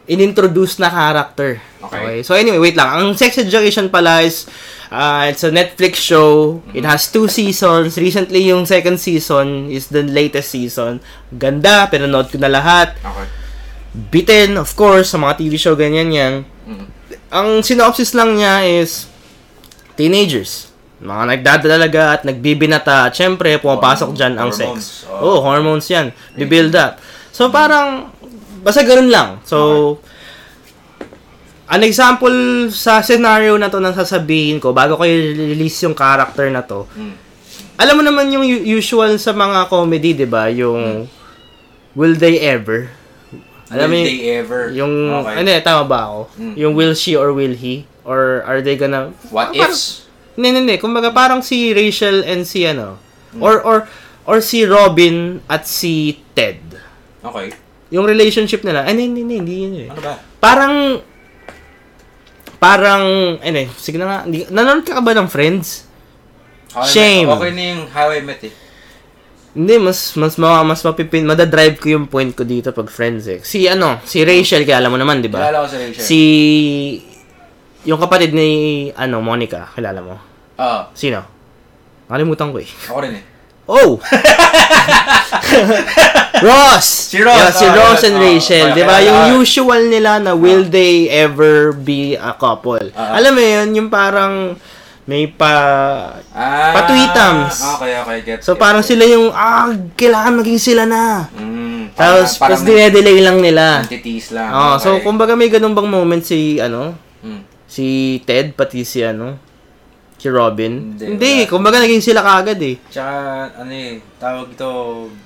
Speaker 1: inintroduce na character.
Speaker 2: Okay.
Speaker 1: So anyway, wait lang. Ang Sex Education pala is ah, it's a Netflix show. It has two seasons. Recently, yung second season is the latest season. Ganda, pinanood ko na lahat.
Speaker 2: Okay.
Speaker 1: Bitten, of course, sa mga TV show, ganyan yan.
Speaker 2: Mm.
Speaker 1: Ang synopsis lang niya is teenagers. Mga nagdadalaga at nagbibinata. At syempre, pumapasok
Speaker 2: Hormones.
Speaker 1: dyan ang sex.
Speaker 2: Hormones,
Speaker 1: Oh.
Speaker 2: oh.
Speaker 1: hormones yan. Bibuild up. So, parang, basta ganun lang. So, an example sa scenario na to nang sasabihin ko, bago ko i-release yung character na to,
Speaker 2: Mm.
Speaker 1: alam mo naman yung u- usual sa mga comedy, di ba?
Speaker 2: Mm.
Speaker 1: Yung, will they ever? Alam mo
Speaker 2: Will
Speaker 1: yung-
Speaker 2: they ever?
Speaker 1: Yung,
Speaker 2: okay.
Speaker 1: ano eh, tama ba ako?
Speaker 2: Mm.
Speaker 1: Yung will she or will he? Or are they gonna...
Speaker 2: What
Speaker 1: parang-
Speaker 2: ifs?
Speaker 1: Hindi, hindi, hindi. Kumbaga parang si Rachel and si ano.
Speaker 2: Mm.
Speaker 1: Or, or, or si Robin at si Ted.
Speaker 2: Okay.
Speaker 1: Yung relationship nila. Ay, hindi, hindi, hindi. hindi,
Speaker 2: Ano ba?
Speaker 1: Parang, parang, ano eh, sige na nga. Hindi- Nanonood ka ba ng Friends?
Speaker 2: How I Met-
Speaker 1: Shame.
Speaker 2: Okay na yung How I Met eh.
Speaker 1: Hindi, mas, mas, ma, mas mapipin, madadrive ko yung point ko dito pag Friends eh. Si ano, si Rachel, kilala mo naman, di ba?
Speaker 2: Kilala ko si Rachel.
Speaker 1: Si yung kapatid ni ano Monica, kilala mo?
Speaker 2: Ah,
Speaker 1: Sino? Nakalimutan ko eh.
Speaker 2: ako rin eh.
Speaker 1: Oh! Ross!
Speaker 2: Si Ross,
Speaker 1: Yeah, si
Speaker 2: oh,
Speaker 1: Ross
Speaker 2: yes,
Speaker 1: and
Speaker 2: oh, uh,
Speaker 1: Rachel.
Speaker 2: oh,
Speaker 1: di ba?
Speaker 2: yeah,
Speaker 1: Yung
Speaker 2: yeah.
Speaker 1: usual nila na will they ever be a couple.
Speaker 2: Ah.
Speaker 1: Alam mo yun, yung parang may pa...
Speaker 2: Ah,
Speaker 1: Patwitams.
Speaker 2: Okay, okay. Get,
Speaker 1: So
Speaker 2: get,
Speaker 1: parang
Speaker 2: get.
Speaker 1: sila yung, ah, kailangan maging sila na.
Speaker 2: Mm,
Speaker 1: Tapos,
Speaker 2: parang,
Speaker 1: tapos dinedelay lang nila.
Speaker 2: Entities lang.
Speaker 1: Oh, so
Speaker 2: okay.
Speaker 1: kumbaga may ganun bang moment si, ano,
Speaker 2: Mm.
Speaker 1: si Ted pati si ano si Robin
Speaker 2: Hindi,
Speaker 1: hindi,
Speaker 2: wala.
Speaker 1: kumbaga naging sila kaagad eh
Speaker 2: Tsaka, ano eh, tawag ito,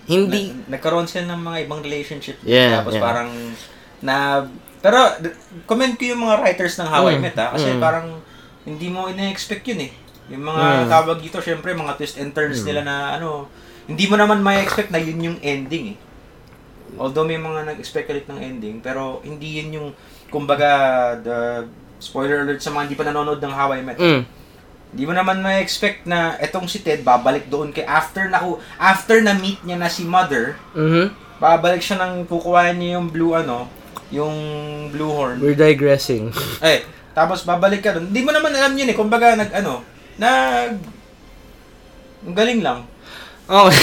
Speaker 1: Hindi.
Speaker 2: na- nagkaroon sila ng mga ibang relationship.
Speaker 1: Yeah, yeah.
Speaker 2: Tapos parang, na, pero, d- comment ko yung mga writers ng How I
Speaker 1: Mm,
Speaker 2: Met, ah, kasi
Speaker 1: mm.
Speaker 2: parang, hindi mo ina-expect yun eh. Yung
Speaker 1: Mm.
Speaker 2: mga tawag dito, syempre, mga twist and turns nila na, ano, hindi mo naman may expect na yun yung ending eh. Although may mga nag-expect ulit ng ending, pero hindi yun yung, kumbaga, the, spoiler alert sa mga hindi pa nanonood ng How I Met.
Speaker 1: mm.
Speaker 2: Di mo naman ma-expect na etong si Ted babalik doon kay after na after na meet niya na si Mother,
Speaker 1: mhm
Speaker 2: babalik siya nang kukuha niya yung blue ano, yung blue horn.
Speaker 1: we're digressing
Speaker 2: Eh, tapos babalik ka doon. Di mo naman alam yun eh, kumbaga nag ano, nag ang galing lang.
Speaker 1: okay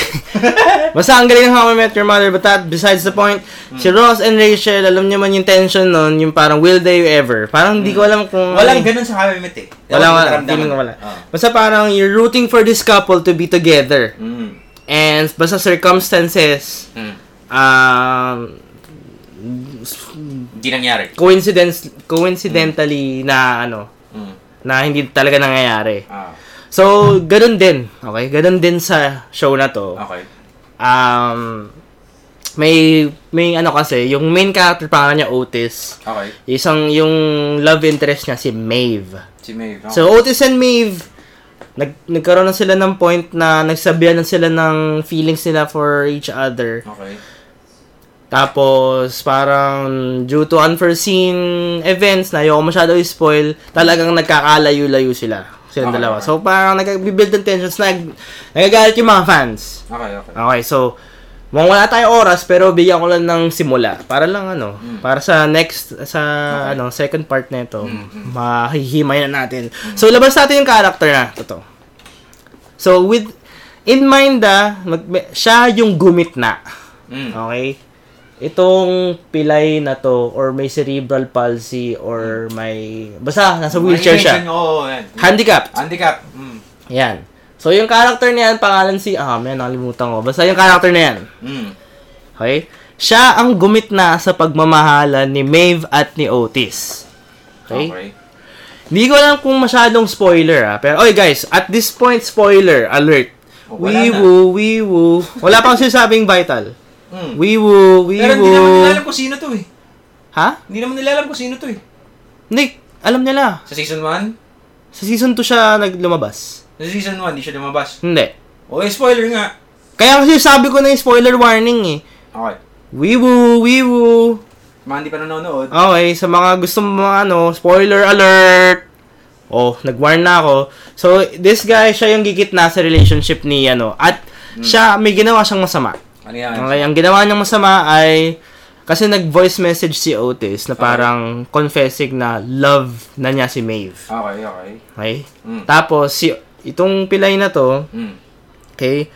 Speaker 1: basta ang galing ng How I Met Your Mother but that besides the point
Speaker 2: Hmm.
Speaker 1: si Ross and Rachel alam niyo man yung tension nun yung parang will they ever parang hindi ko alam kung
Speaker 2: Hmm. Walang ganun sa Happy Met eh.
Speaker 1: wala
Speaker 2: Ewan ko
Speaker 1: wala
Speaker 2: nararamdaman.
Speaker 1: feeling ko wala
Speaker 2: Ah.
Speaker 1: basta parang you're rooting for this couple to be together
Speaker 2: Mm.
Speaker 1: and basta circumstances
Speaker 2: Mm.
Speaker 1: um
Speaker 2: Hindi nangyari.
Speaker 1: coincidence
Speaker 2: Hmm.
Speaker 1: coincidentally na ano
Speaker 2: Mm.
Speaker 1: na hindi talaga nangyayari.
Speaker 2: Ah,
Speaker 1: So, ganun din. Okay? Ganun din sa show na to.
Speaker 2: okay.
Speaker 1: Um, may, may ano kasi, yung main character pangalan niya Otis.
Speaker 2: Okay.
Speaker 1: Isang, yung love interest niya si Maeve.
Speaker 2: Si Maeve. no?
Speaker 1: So, Otis and Maeve, nag, nagkaroon na sila ng point na nagsabihan na sila ng feelings nila for each other.
Speaker 2: okay.
Speaker 1: Tapos, parang due to unforeseen events na ayoko masyado i-spoil, talagang nagkakalayo-layo sila. Silang
Speaker 2: Okay,
Speaker 1: dalawa.
Speaker 2: okay.
Speaker 1: So, parang nag-build ng tensions, nag nagagalit yung mga fans.
Speaker 2: Okay, okay.
Speaker 1: Okay, so, mukhang wala tayong oras, pero bigyan ko lang ng simula. Para lang ano, para sa next, sa ano, second part na ito, mahihimay na natin. So, labas natin yung character na. Totoo. So, with, in mind ah, mag, siya yung gumitna.
Speaker 2: Mm.
Speaker 1: Okay? Itong pilay na to, or may cerebral palsy, or may... Basta, nasa wheelchair siya.
Speaker 2: Oo, yan.
Speaker 1: Handicapped.
Speaker 2: Handicap. Mm.
Speaker 1: Yan. So, yung character niya, pangalan si... Ah, man, nakalimutan ko. Basta yung character na yan.
Speaker 2: Mm.
Speaker 1: Okay? Siya ang gumitna sa pagmamahalan ni Maeve at ni Otis. Okay?
Speaker 2: okay.
Speaker 1: Hindi ko alam kung masyadong spoiler ah. Pero, oy guys, at this point, spoiler alert.
Speaker 2: Oh, wala
Speaker 1: Wee
Speaker 2: na.
Speaker 1: woo, wee woo. Wala pang sinasabing vital.
Speaker 2: Mm.
Speaker 1: Wee woo, wee
Speaker 2: Pero hindi naman
Speaker 1: woo.
Speaker 2: nila alam kung sino to eh.
Speaker 1: Ha?
Speaker 2: Hindi naman nila alam kung sino to eh.
Speaker 1: Nick, alam nila.
Speaker 2: Sa season 1?
Speaker 1: Sa season 2 siya naglumabas.
Speaker 2: Sa season 1, di siya lumabas.
Speaker 1: Hindi.
Speaker 2: O, eh, spoiler nga.
Speaker 1: Kaya kasi sabi ko na yung spoiler warning eh.
Speaker 2: Okay.
Speaker 1: Wiwu! Wiwu!
Speaker 2: Mga hindi pa nanonood.
Speaker 1: Okay, sa mga gusto mga ano, spoiler alert! Oh, nag-warn na ako. So, this guy, siya yung gigit na sa relationship ni ano. At
Speaker 2: Hmm.
Speaker 1: siya, may ginawa siyang masama.
Speaker 2: Ano yan?
Speaker 1: Okay, ang ginawa niyang masama ay kasi nag-voice message si Otis na parang confessing na love na niya si Maeve.
Speaker 2: Okay, okay.
Speaker 1: Okay?
Speaker 2: Mm.
Speaker 1: Tapos, si, itong pilay na to,
Speaker 2: Mm.
Speaker 1: okay,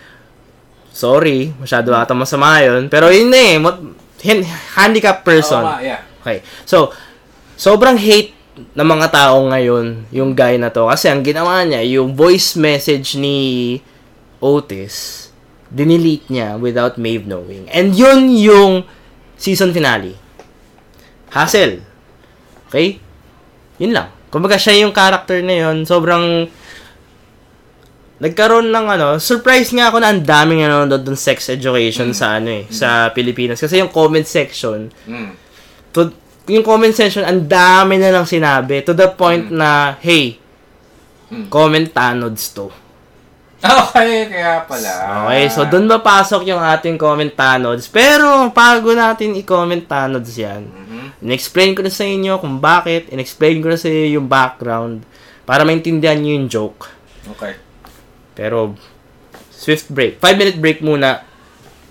Speaker 1: sorry, masyado ata masama yun. Pero yun na eh, mot- hin- handicap person.
Speaker 2: Oo nga, yeah.
Speaker 1: Okay. So, sobrang hate ng mga tao ngayon yung guy na to. Kasi ang ginawa niya, yung voice message ni Otis, dinelete niya without Maeve knowing. And yun yung season finale. Hassle. Okay? Yun lang. Kumbaga siya yung character na yun. Sobrang nagkaroon ng ano, surprise nga ako na ang daming nanonood dun sex education sa ano eh, sa Pilipinas. Kasi yung comment section,
Speaker 2: Mm.
Speaker 1: to, yung comment section, ang dami na lang sinabi. To the point na, hey,
Speaker 2: Mm.
Speaker 1: comment tanods to.
Speaker 2: Okay, kaya pala.
Speaker 1: Okay,
Speaker 2: Ah.
Speaker 1: so doon mapasok yung ating comment tanods. Pero, bago natin i-comment tanods yan,
Speaker 2: Mhm.
Speaker 1: in-explain ko na sa inyo kung bakit, in-explain ko na sa inyo yung background para maintindihan nyo yung joke.
Speaker 2: Okay.
Speaker 1: Pero, swift break. 5 minute break muna.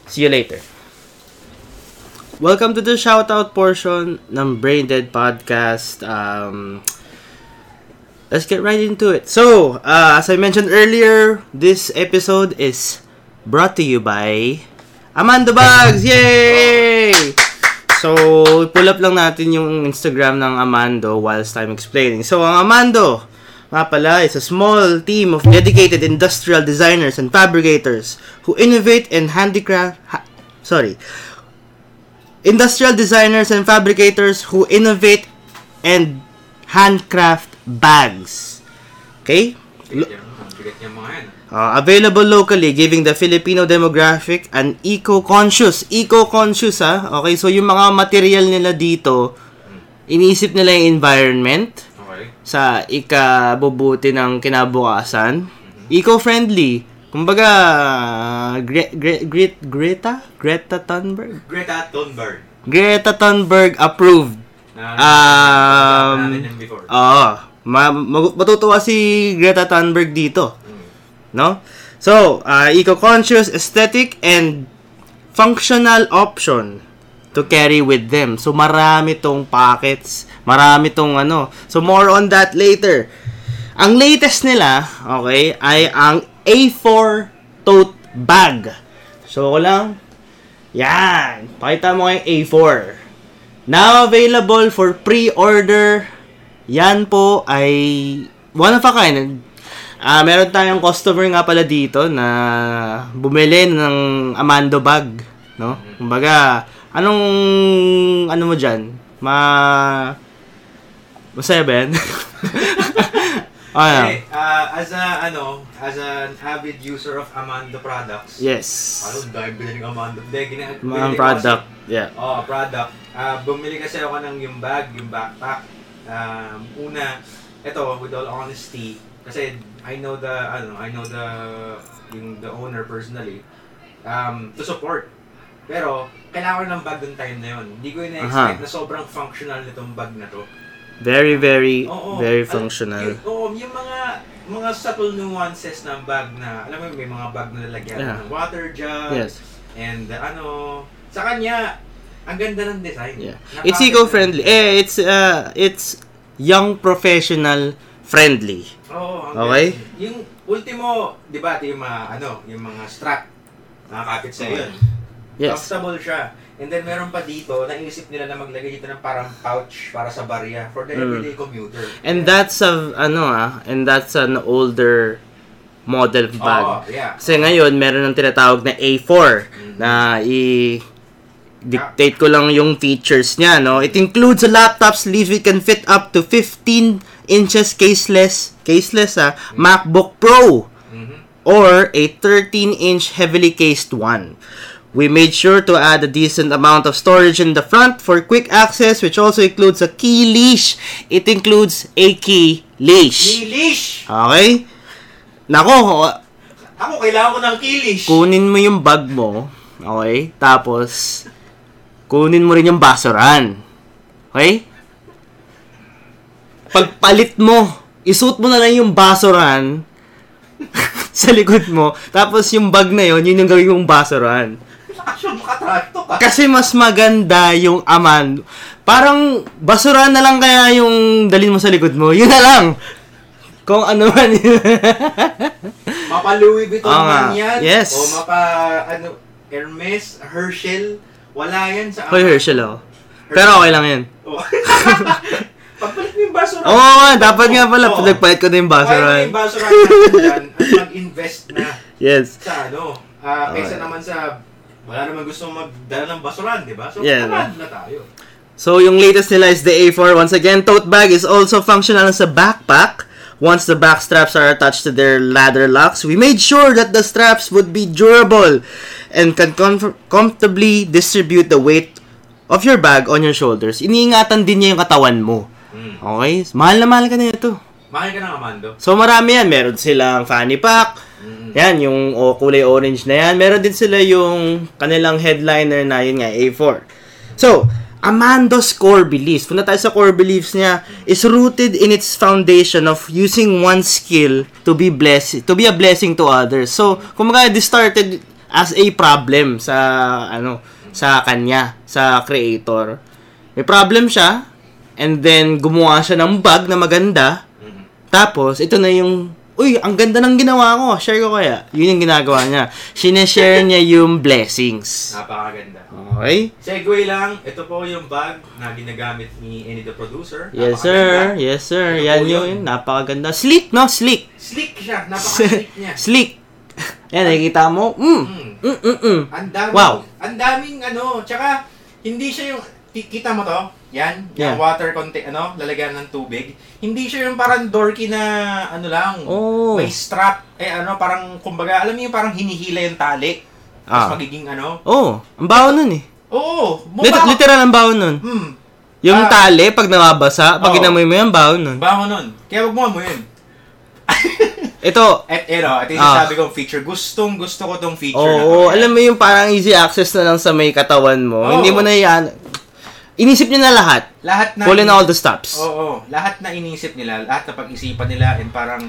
Speaker 1: See you later. Welcome to the shoutout portion ng Brain Dead Podcast. Um, let's get right into it. So, uh, as I mentioned earlier, this episode is brought to you by Amanda Bugs! Yay! So, pull up lang natin yung Instagram ng Amando whilst I'm explaining. So, ang Amando, nga pala, is a small team of dedicated industrial designers and fabricators who innovate and handicraft... Ha- sorry. Industrial designers and fabricators who innovate and handcraft bags. Okay? Lo-
Speaker 2: Yan, ang bigat niya mga yan.
Speaker 1: Uh, available locally, giving the Filipino demographic an eco-conscious. Eco-conscious, ah. Okay, so yung mga material nila dito, iniisip nila yung environment
Speaker 2: Okay.
Speaker 1: sa ikabubuti ng kinabukasan. Eco-friendly. Kumbaga, uh, Gre- Gre- Gre- Greta? Greta Thunberg?
Speaker 2: Greta Thunberg.
Speaker 1: Greta Thunberg approved.
Speaker 2: Na,
Speaker 1: Um,
Speaker 2: natin yan before.
Speaker 1: Oo. Ma- mag- matutuwa si Greta Thunberg dito. No? So, uh, eco-conscious, aesthetic, and functional option to carry with them. So, marami tong packets. Marami tong ano. So, more on that later. Ang latest nila, okay, ay ang A4 tote bag. So, ako lang. Yan. Pakita mo yung A4. Now available for pre-order. Yan po ay one of a kind. Ah, meron tayong customer nga pala dito na bumili ng Amando bag, no? Kumbaga, anong ano mo diyan? Ma Masaya ba yan? Ah,
Speaker 2: Eh, ah, as a, ano, as an avid user of Amando products,
Speaker 1: Yes.
Speaker 2: ano, dahil binili ng Amando. Hindi,
Speaker 1: Mga
Speaker 2: gina- binili ko
Speaker 1: product. Yeah.
Speaker 2: Kasi, oh, product. Ah, bumili kasi ako ng yung bag, yung backpack. Um, una, ito, with all honesty, kasi I know the, ano, I know the, yung the owner personally, um, to support. Pero, kailangan ko ng bag ng time na yun. Hindi ko
Speaker 1: Aha.
Speaker 2: ina-expect na sobrang functional nitong bag na to.
Speaker 1: Very, very,
Speaker 2: Oo.
Speaker 1: very
Speaker 2: Al-
Speaker 1: functional.
Speaker 2: Yun, Oo, yung mga mga subtle nuances ng bag na, alam mo yun, may mga bag na lalagyan
Speaker 1: Yeah.
Speaker 2: ng water jug,
Speaker 1: Yes.
Speaker 2: and uh, ano, sa kanya, ang ganda ng design.
Speaker 1: Yeah.
Speaker 2: Napaka-
Speaker 1: It's eco-friendly. Eh, it's uh, it's young professional friendly.
Speaker 2: Oo, ang
Speaker 1: Okay.
Speaker 2: ganda. Yung ultimo, di ba, ito yung mga, ano, yung mga strap, nakakapit sa yun.
Speaker 1: Yes.
Speaker 2: Comfortable siya. And then meron pa dito, naisip nila na maglagay dito ng parang pouch para sa barya for the
Speaker 1: Mm.
Speaker 2: everyday commuter.
Speaker 1: And that's a ano ah, and that's an older model of bag.
Speaker 2: Oo, yeah.
Speaker 1: Kasi ngayon meron ng tinatawag na A4 na i dictate ko lang yung features niya, no? It includes a laptop sleeve which can fit up to 15 inches caseless, caseless ah, MacBook Pro.
Speaker 2: Mhm.
Speaker 1: or a 13-inch heavily cased one. We made sure to add a decent amount of storage in the front for quick access, which also includes a key leash. It includes a key leash.
Speaker 2: Kilish!
Speaker 1: Okay? Nako,
Speaker 2: Ako, kailangan ko ng kilish!
Speaker 1: kunin mo yung bag mo, Okay? Tapos, kunin mo rin yung basuran. Okay? Pagpalit mo, isuot mo na lang yung basuran sa likod mo. Tapos yung bag na yon yun yung gawin mong basuran.
Speaker 2: Action, makatrakto ka.
Speaker 1: Kasi mas maganda yung aman. Parang basura na lang kaya yung dalin mo sa likod mo. Yun na lang. Kung ano man.
Speaker 2: Mapa Louis Vuitton
Speaker 1: Oo nga.
Speaker 2: man yan.
Speaker 1: Yes.
Speaker 2: O mapa, ano, Hermes, Herschel. Wala yan sa...
Speaker 1: Hoy, Herschel, oh. Pero okay lang yun.
Speaker 2: Oh. Pagbalik mo yung basura.
Speaker 1: Oo nga, dapat nga pala,
Speaker 2: Oo.
Speaker 1: nagpalit ko na yung
Speaker 2: Kaya mo
Speaker 1: basura.
Speaker 2: yung basura natin dyan at mag-invest na
Speaker 1: Yes.
Speaker 2: sa ano. Ah, kaysa
Speaker 1: Okay.
Speaker 2: naman sa wala naman gusto magdala ng basuran, di ba? So,
Speaker 1: Yeah.
Speaker 2: yeah. na tayo.
Speaker 1: So, yung latest nila is the A4. Once again, tote bag is also functional as a backpack. Once the back straps are attached to their ladder locks, we made sure that the straps would be durable and can comf- comfortably distribute the weight of your bag on your shoulders. Iniingatan din niya yung katawan mo.
Speaker 2: Mm.
Speaker 1: Okay? Mahal na mahal ka na ito.
Speaker 2: Mahal ka ng Amando.
Speaker 1: So, marami yan. Meron silang fanny pack. Yan, yung o, kulay orange na yan. Meron din sila yung kanilang headliner na yun nga, A4. So, Amando's core beliefs. Punta tayo sa core beliefs niya is rooted in its foundation of using one's skill to be blessed, to be a blessing to others. So, kumbaga this started as a problem sa ano, sa kanya, sa creator. May problem siya and then gumawa siya ng bag na maganda. Tapos, ito na yung, uy, ang ganda ng ginawa ko. Share ko kaya. Yun yung ginagawa niya. Sineshare niya yung blessings.
Speaker 2: Napakaganda.
Speaker 1: Okay?
Speaker 2: Segway lang, ito po yung bag na ginagamit ni any the producer.
Speaker 1: Yes, sir.
Speaker 2: Napakaganda.
Speaker 1: Yes, sir.
Speaker 2: Ito
Speaker 1: Yan
Speaker 2: po
Speaker 1: yun. Napakaganda. Sleek, no? Sleek.
Speaker 2: Sleek siya. Napaka-sleek niya.
Speaker 1: Sleek. Yan, nakikita mo. Mm.
Speaker 2: Mm.
Speaker 1: Mm, mm, mm.
Speaker 2: Ang daming,
Speaker 1: Wow.
Speaker 2: ang daming ano, tsaka hindi siya yung, ki- kita mo to, yan,
Speaker 1: Yeah.
Speaker 2: yung water content, ano, lalagyan ng tubig. Hindi siya yung parang dorky na, ano lang,
Speaker 1: Oh.
Speaker 2: may strap, eh ano, parang, kumbaga, alam mo yung parang hinihila yung tali.
Speaker 1: Ah.
Speaker 2: Tapos magiging ano,
Speaker 1: Oh, ang baho nun eh.
Speaker 2: oo,
Speaker 1: Lit-
Speaker 2: mukha,
Speaker 1: literal ang baho nun.
Speaker 2: hmm,
Speaker 1: Yung
Speaker 2: Ah. Oh.
Speaker 1: tali, pag nababasa, pag
Speaker 2: Oo.
Speaker 1: inamoy mo yan, baho nun.
Speaker 2: baho nun. Kaya wag mo Eh, mo yun.
Speaker 1: Ito,
Speaker 2: At, you know, at yung
Speaker 1: Ah.
Speaker 2: sabi kong feature, gustong gusto ko tong feature. na to.
Speaker 1: Oo, alam mo yung parang easy access na lang sa may katawan mo.
Speaker 2: Oo.
Speaker 1: Hindi mo na yan. Inisip niya na lahat.
Speaker 2: Lahat na,
Speaker 1: Pulling all the stops.
Speaker 2: Oo, oo. lahat na inisip nila, lahat na pag-isipan nila, and parang,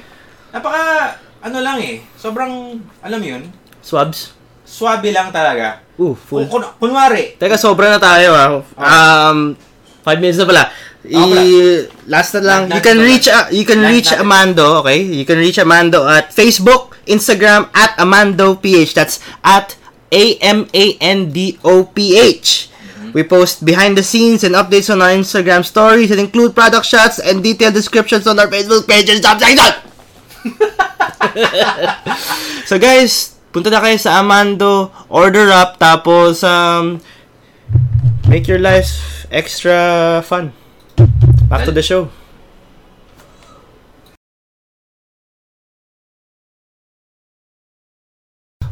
Speaker 2: napaka, ano lang eh, sobrang, alam mo yun,
Speaker 1: Swabs.
Speaker 2: swabe lang talaga.
Speaker 1: Uh, full.
Speaker 2: Kung, kun- kunwari,
Speaker 1: Teka, sobra na tayo ah. Um, five minutes na pala.
Speaker 2: Oo, pala.
Speaker 1: I, last na lang. You
Speaker 2: Lahat
Speaker 1: can
Speaker 2: natin
Speaker 1: reach ah, you can
Speaker 2: Lahat
Speaker 1: reach
Speaker 2: natin.
Speaker 1: Amando, okay? You can reach Amando at Facebook, Instagram at Amando PH. That's at A M A N D O P H. We post behind the scenes and updates on our Instagram stories that include product shots and detailed descriptions on our Facebook page and subsection. so guys, punta na kayo sa Amando, order up, tapos um, make your life extra fun. Back to the show.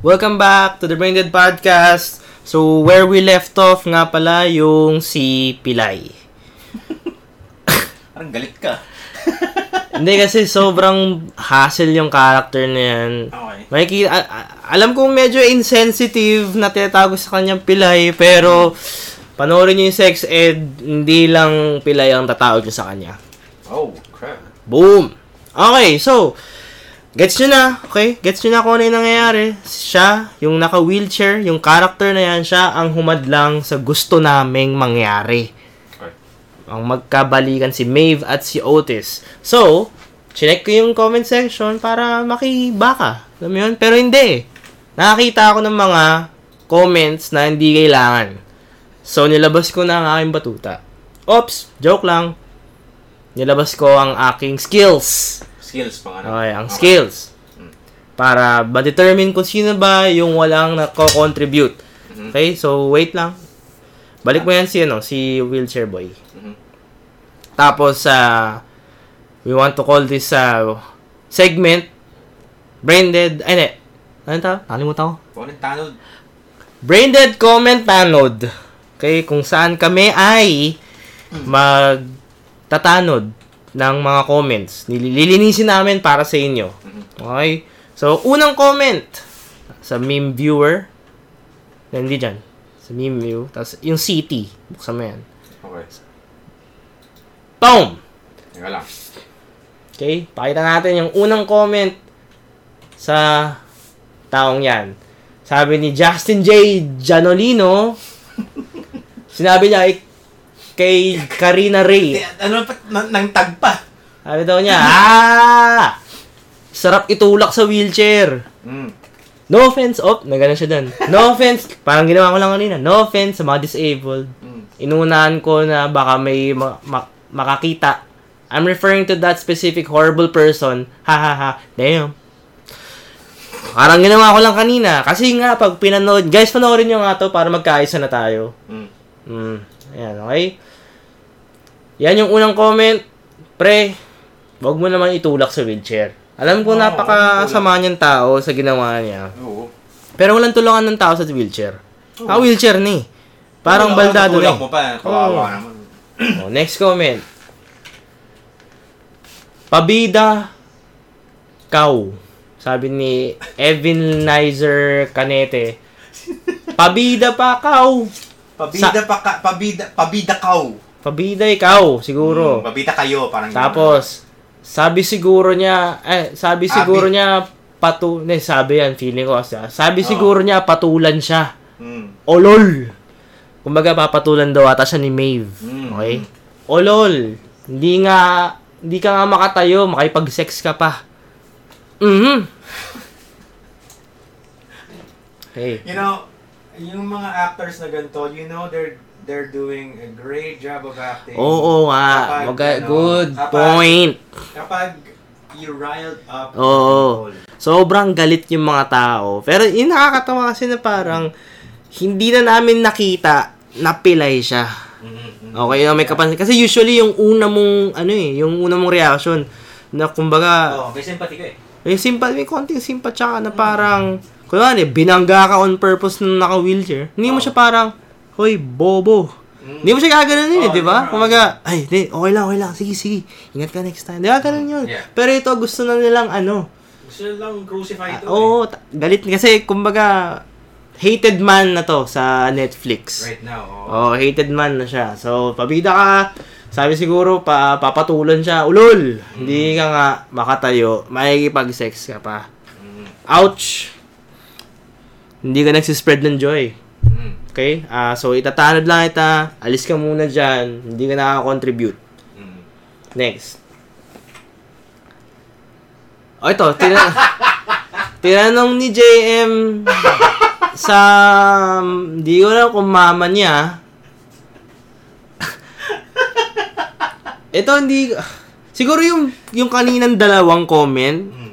Speaker 1: Welcome back to the Brain Dead Podcast. So, where we left off nga pala yung si Pilay.
Speaker 2: parang galit ka.
Speaker 1: Hindi kasi sobrang hassle yung character na yan.
Speaker 2: Okay.
Speaker 1: Makiki- a- a- alam kong medyo insensitive na tinatago sa kanyang pilay, pero panoorin niyo yung sex ed, hindi lang pilay ang tatawag niyo sa kanya.
Speaker 2: Oh, crap.
Speaker 1: Boom! Okay, so, gets nyo na, okay? Gets nyo na kung ano yung nangyayari. Siya, yung naka-wheelchair, yung character na yan, siya ang humadlang sa gusto naming mangyari.
Speaker 2: Okay.
Speaker 1: Ang magkabalikan si Maeve at si Otis. So, chinek ko yung comment section para makibaka. Alam mo yun? Pero hindi eh. Nakakita ako ng mga comments na hindi kailangan. So, nilabas ko na ang aking batuta. Oops! Joke lang. Nilabas ko ang aking skills.
Speaker 2: Skills ano. pa nga. na.
Speaker 1: Okay, ang skills. Para ma-determine kung sino ba yung walang nako-contribute. Okay, so wait lang. Balik mo yan si, ano, si wheelchair boy.
Speaker 2: Mhm.
Speaker 1: Tapos, sa we want to call this uh, segment, Branded, ay, ne, ano tawag? Nakalimutan ko.
Speaker 2: Kung anong tanod,
Speaker 1: Braindead Comment Tanod. Okay, kung saan kami ay magtatanod ng mga comments. Nililinisin namin para sa inyo. Okay? So, unang comment sa meme viewer. Nandiyan dyan. Sa meme view. Tapos yung city. Buksan mo yan.
Speaker 2: Okay.
Speaker 1: Boom!
Speaker 2: Teka lang.
Speaker 1: Okay? Pakita natin yung unang comment sa taong yan. Sabi ni Justin J. Janolino, sinabi niya ay kay Karina Ray.
Speaker 2: Eh, Ano pa? na- Nang tag pa.
Speaker 1: Sabi daw niya, ah! Sarap itulak sa wheelchair.
Speaker 2: Mm.
Speaker 1: No offense, oh, na ganun siya dun. No offense, parang ginawa ko lang kanina. No offense sa mga disabled.
Speaker 2: Mm.
Speaker 1: Inunahan ko na baka may ma- ma- makakita. I'm referring to that specific horrible person. Ha ha ha. Damn. Parang ginawa ko lang kanina. Kasi nga, pag pinanood, guys, panoorin nyo nga to para magkaisa na tayo.
Speaker 2: Mm.
Speaker 1: Mm. Ayan, okay? Yan yung unang comment. Pre, wag mo naman itulak sa wheelchair. Alam ko
Speaker 2: Oo,
Speaker 1: napakasama niyang tao sa ginawa niya.
Speaker 2: Oo.
Speaker 1: Pero walang tulungan ng tao sa wheelchair. Ah, wheelchair ni. Parang
Speaker 2: Ano,
Speaker 1: baldado
Speaker 2: tutulak
Speaker 1: na.
Speaker 2: mo pa. Kawawa
Speaker 1: Oo.
Speaker 2: naman.
Speaker 1: Oh, next comment. Pabida Kau. Sabi ni Evan Nizer Canete. Pabida pa kau.
Speaker 2: Pabida pa ka, pabida, pabida kaw.
Speaker 1: Pabida ikaw, siguro.
Speaker 2: Mm, pabida kayo, parang ganun.
Speaker 1: Tapos, sabi siguro niya, eh, sabi
Speaker 2: Abi.
Speaker 1: siguro niya, patu, ne, sabi yan, feeling ko. ah, Sabi
Speaker 2: Oo.
Speaker 1: siguro niya, patulan siya.
Speaker 2: Mm.
Speaker 1: Olol! Kumbaga, papatulan daw ata siya ni Maeve.
Speaker 2: Mm.
Speaker 1: Okay? Olol! Hindi nga, hindi ka nga makatayo, makipag-sex ka pa. Mhm. Okay.
Speaker 2: You know, yung mga actors na ganito, you know, they're they're doing a great job of acting.
Speaker 1: Oo nga.
Speaker 2: Kapag,
Speaker 1: Maga-
Speaker 2: ano,
Speaker 1: good
Speaker 2: kapag-
Speaker 1: point.
Speaker 2: Kapag you riled up
Speaker 1: Oo.
Speaker 2: people.
Speaker 1: Sobrang galit yung mga tao. Pero yung nakakatawa kasi na parang hindi na namin nakita na pilay siya.
Speaker 2: Mm-hmm.
Speaker 1: Okay, na may kapansin. Kasi usually yung una mong, ano eh, yung una mong reaction na kumbaga,
Speaker 2: Oo, may sympathy ka eh.
Speaker 1: may simpa, may konting simpa tsaka na parang, kunwari, binangga ka on purpose nung naka-wheelchair. Hindi mo
Speaker 2: Oo.
Speaker 1: siya parang, hoy, bobo.
Speaker 2: Mm.
Speaker 1: Hindi mo siya gaganon yun, eh,
Speaker 2: Oo,
Speaker 1: di ba?
Speaker 2: di ba?
Speaker 1: Kumaga, ay, di, okay lang, okay lang. Sige, sige. Ingat ka next time. Di ba, ganun yun.
Speaker 2: Yeah.
Speaker 1: Pero ito, gusto na nilang, ano,
Speaker 2: Gusto nyo lang crucify ito
Speaker 1: Ah, Oo, ta- galit kasi kumbaga hated man na to sa Netflix.
Speaker 2: eh. Right now, oo.
Speaker 1: Oh, hated man na siya. So, pabida ka. Sabi siguro, pa, papatulan siya. Ulol! Hindi ka nga makatayo. Makikipag-sex ka pa.
Speaker 2: Mm,
Speaker 1: Ouch! Hindi ka nagsispread ng joy.
Speaker 2: mm.
Speaker 1: Okay? Ah, so, itatanod lang kita. Alis ka muna dyan. Hindi ka nakaka-contribute.
Speaker 2: Mm.
Speaker 1: Next. O ito, tina- tinanong ni JM sa, di ko alam kung mama niya. ito, hindi, siguro yung, yung kaninang dalawang comment,
Speaker 2: Mm.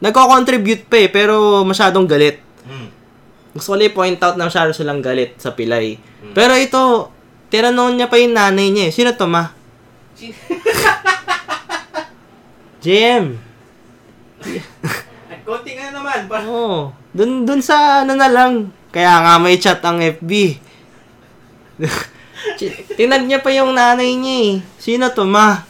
Speaker 1: nagko-contribute pa eh, pero masyadong galit.
Speaker 2: Mm.
Speaker 1: Gusto ko lang i-point out na masyado silang galit sa pilay. Pero ito, tinanong niya pa yung nanay niya eh. Sino to, ma? Jim!
Speaker 2: At konti nga naman. Parang,
Speaker 1: Oo. Dun, dun sa ano na lang. Kaya nga may chat ang FB. Tinag niya pa yung nanay niya eh. Sino to, ma?